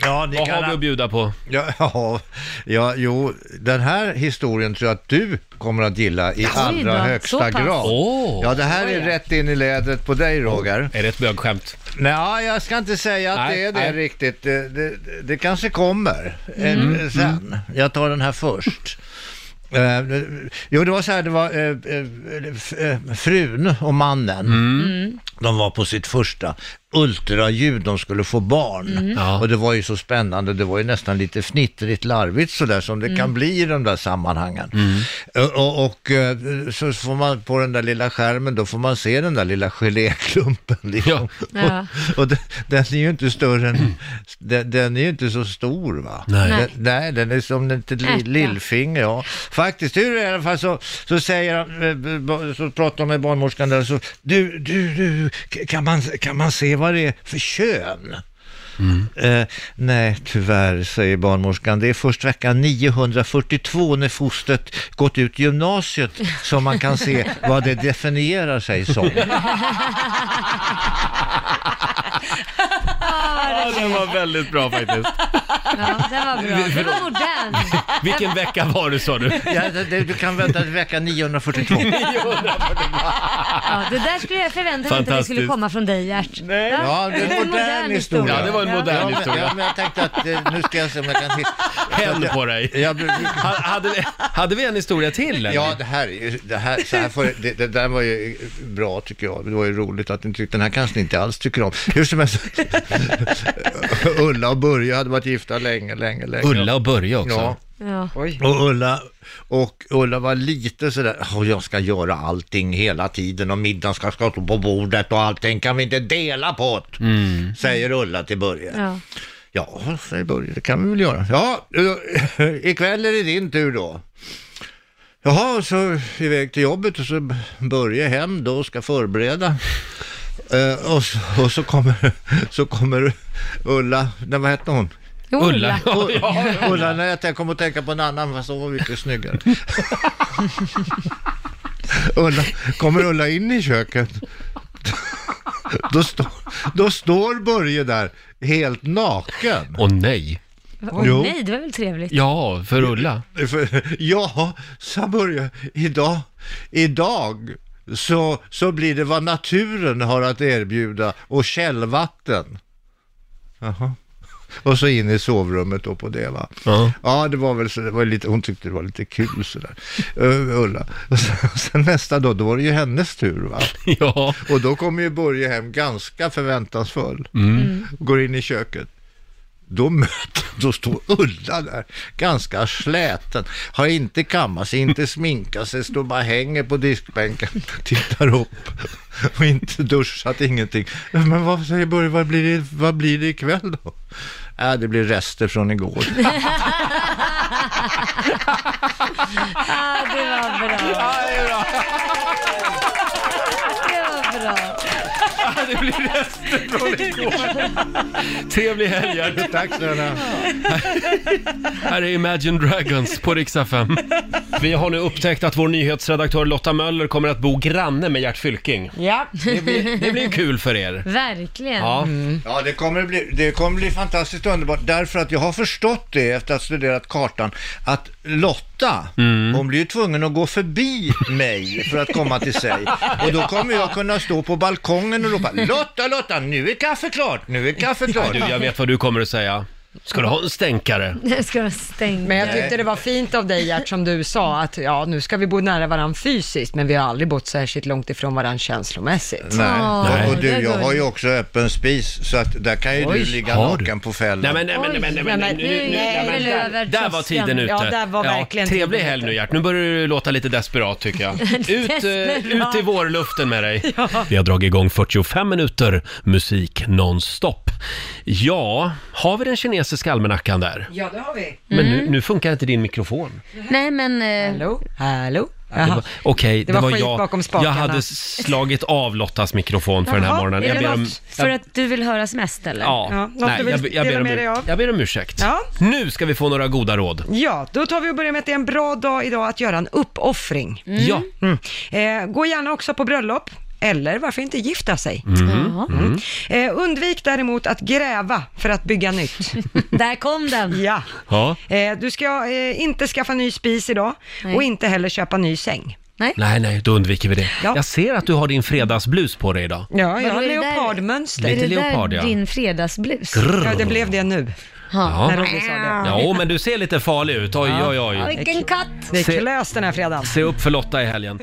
S7: Ja, ni
S1: Vad har vi att bjuda på?
S7: Ja, ja, ja, jo, den här historien tror jag att du kommer att gilla i
S1: Jaså,
S7: allra
S1: då? Så
S7: högsta
S1: pass?
S7: grad.
S1: Åh.
S7: Ja, det här är
S1: Oj.
S7: rätt in i lädret på dig, Roger.
S1: Är det ett bögskämt?
S7: Nej, jag ska inte säga att
S1: Nej,
S7: det är det
S1: nej.
S7: riktigt. Det, det, det kanske kommer eh,
S1: Mm.
S7: sen. Jag tar den här först. Eh, jo, det var så här, det var eh, eh, f- eh, frun och mannen.
S1: Mm.
S7: De var på sitt första ultraljud, de skulle få barn.
S12: Mm. Ja.
S7: Och det var ju så spännande, det var ju nästan lite fnittrigt larvigt sådär som det
S1: Mm.
S7: kan bli i de där sammanhangen. Eh, Och, och eh, så får man på den där lilla skärmen, då får man se den där lilla geléklumpen. Liksom.
S12: Ja.
S7: Och, och den, den är ju inte större än, den, den är ju inte så stor va?
S12: Nej.
S7: Den, nej, den är som ett li,
S12: Ärta.
S7: lillfinger, ja. Faktiskt, hur är det i alla fall så, så säger han, eh, b- b- så pratar de med barnmorskan där, så du, du, du, k- kan man, kan man se vad det är för kön? Eh, nej, tyvärr, säger barnmorskan. Det är först vecka 942 när fostret gått ut gymnasiet som man kan se vad det definierar sig som.
S1: Ja, den var väldigt bra faktiskt.
S2: Ja, det var bra. Det var modern.
S1: Vilken vecka var det sa du?
S7: Ja, det- det- du kan vänta till vecka 942.
S2: Ja, det där skulle jag förvänta mig inte att det skulle
S7: Fantastiskt.
S2: komma från dig, Gert. Nej.
S7: Ja, det är en modern historia.
S1: Ja, det var en modern
S7: Ja, men-
S1: historia.
S7: Ja, men jag tänkte att eh, nu ska jag se om jag kan hitta...
S1: Häll på dig. Ha- hade, hade vi en historia till? eller?
S7: Ja, det här, är ju- det här, så här får, det, det där var ju bra tycker jag. Det var ju roligt att ni tyckte, den här kanske ni inte alls tycker om. Hur som helst, Ulla och Börje hade varit gifta länge, länge, länge.
S1: Ulla och Börje också?
S7: Ja.
S2: Ja.
S7: Och Ulla, och Ulla var lite sådär, "Åh, jag ska göra allting hela tiden och middagen ska stå på bordet och allting, kan vi inte dela på det? Säger Ulla till Börje.
S12: Ja.
S7: Ja, säger Börje, det kan vi väl göra. Ja, eh, ikväll är det din tur då. Jaha, så iväg till jobbet och så börjar hem då och ska förbereda. Eh, och så, och så, kommer, så kommer Ulla, nej vad hette hon?
S12: Ulla. Ulla.
S7: U- Ulla, nej jag kom att tänka på en annan fast hon var mycket snyggare. Ulla, kommer Ulla in i köket? Då, stå, då står Börje där helt naken.
S1: Åh nej.
S2: Åh
S7: Jo.
S2: nej, det var väl trevligt.
S1: Ja, för Ulla.
S7: Eh, Ja, sa Börje, idag, idag så, så blir det vad naturen har att erbjuda och källvatten. Jaha. Och så in i sovrummet då på det va.
S1: Ja,
S7: det var väl så, det var lite, hon tyckte det var lite kul sådär, uh, Ulla. Och sen, och sen nästa dag, då var det ju hennes tur va.
S1: Ja.
S7: Och då kommer ju Börje hem ganska förväntansfull.
S12: Mm.
S7: Går in i köket. Då, möter, då står Ulla där, ganska släten. Har inte kammat sig, inte sminkat sig, står bara hänger på diskbänken, tittar upp och inte duschat, ingenting. Men vad säger Börje, vad blir det, vad blir det ikväll då? Äh, det blir rester från igår.
S12: Ah, det var bra.
S2: Det var bra.
S1: det blir resten från igår. Trevlig helg Gert.
S7: Tack snälla.
S1: Här är Imagine Dragons på riksdag 5. Vi har nu upptäckt att vår nyhetsredaktör Lotta Möller kommer att bo granne med Gert Fylking.
S7: Ja,
S1: Det blir, det blir kul för er.
S2: Verkligen. Mm.
S1: Ja.
S7: Ja, det kommer, bli, det kommer bli fantastiskt underbart därför att jag har förstått det efter att ha studerat kartan att Lotta,
S1: Mm.
S7: hon blir ju tvungen att gå förbi mig för att komma till sig. Och då kommer jag kunna stå på balkongen och ropa Lotta, Lotta, nu är kaffet klart, nu är kaffet klart.
S1: Du, jag vet vad du kommer att säga. Ska du ha en stänkare?
S2: Nu ska de stänga.
S3: Men jag tyckte det var fint av dig Gert, som du sa, att ja, nu ska vi bo nära varandra fysiskt, men vi har aldrig bott särskilt långt ifrån varandra känslomässigt.
S7: Nej, och, och
S3: det
S7: du,
S3: är
S7: jag har ju
S3: gulligt.
S7: också öppen spis så att där kan ju
S3: Oj.
S7: du ligga
S1: Har du?
S7: naken på fällen.
S1: Nej men, nej men, nej men, nej men, nej,
S3: Nej,
S1: nu, nu,
S3: nu
S1: nu,
S3: är
S1: nej,
S3: det
S1: men
S3: väl
S1: där,
S3: över
S1: där var
S3: tröskeln.
S1: tiden ute.
S3: Ja, där var verkligen
S1: Trevlig
S3: tiden
S1: helg nu Gert, nu börjar du låta lite desperat tycker jag. Ut, eh,
S12: Desperat.
S1: ut i vårluften med dig. Vi har dragit igång 45 minuter musik nonstop. Ja, har vi den kinesiska almanackan där?
S3: Ja, det har vi.
S1: Men nu, nu funkar inte din mikrofon.
S2: Nej men... eh,
S3: Hallå?
S1: Det var- Okej, det,
S2: Det var
S1: var,
S2: skit bakom
S1: jag.
S2: spakarna.
S1: Jag hade slagit av Lottas mikrofon för den här
S2: Jaha,
S1: morgonen.
S2: Är
S1: Jag
S2: det
S1: ber om,
S2: något för att du vill höras mest eller?
S1: Ja, nej, jag, jag, ber om, ur- jag ber om ursäkt.
S3: Ja.
S1: Nu ska vi få några goda råd.
S3: Ja, då tar vi och börjar med att det är en bra dag idag att göra en uppoffring.
S1: Ja.
S3: Mm. Eh, gå gärna också på bröllop, eller varför inte gifta sig?
S12: Mm. Jaha.
S3: Mm. Eh, undvik däremot att gräva för att bygga nytt.
S2: Där kom den!
S3: Ja.
S1: Ja.
S3: Eh, du ska eh, inte skaffa ny spis idag
S2: Nej.
S3: och inte heller köpa ny säng.
S2: Nej.
S1: Nej, nej, då undviker vi det. Jag ser att du har din fredagsblus på dig idag.
S3: Ja, jag
S2: Vadå,
S3: har
S2: är det där-
S3: leopardmönster.
S1: Lite
S2: är det
S1: leopard,
S2: där
S1: ja.
S2: din fredagsblus?
S1: Grrr.
S3: Ja, det blev det nu.
S1: Ja.
S3: När Roger sa det.
S1: Ja, men du ser lite farlig ut. Oj, oj, oj.
S2: Vilken katt!
S3: Det är
S1: Se-
S3: klös den här fredagen.
S1: Se upp för Lotta i helgen.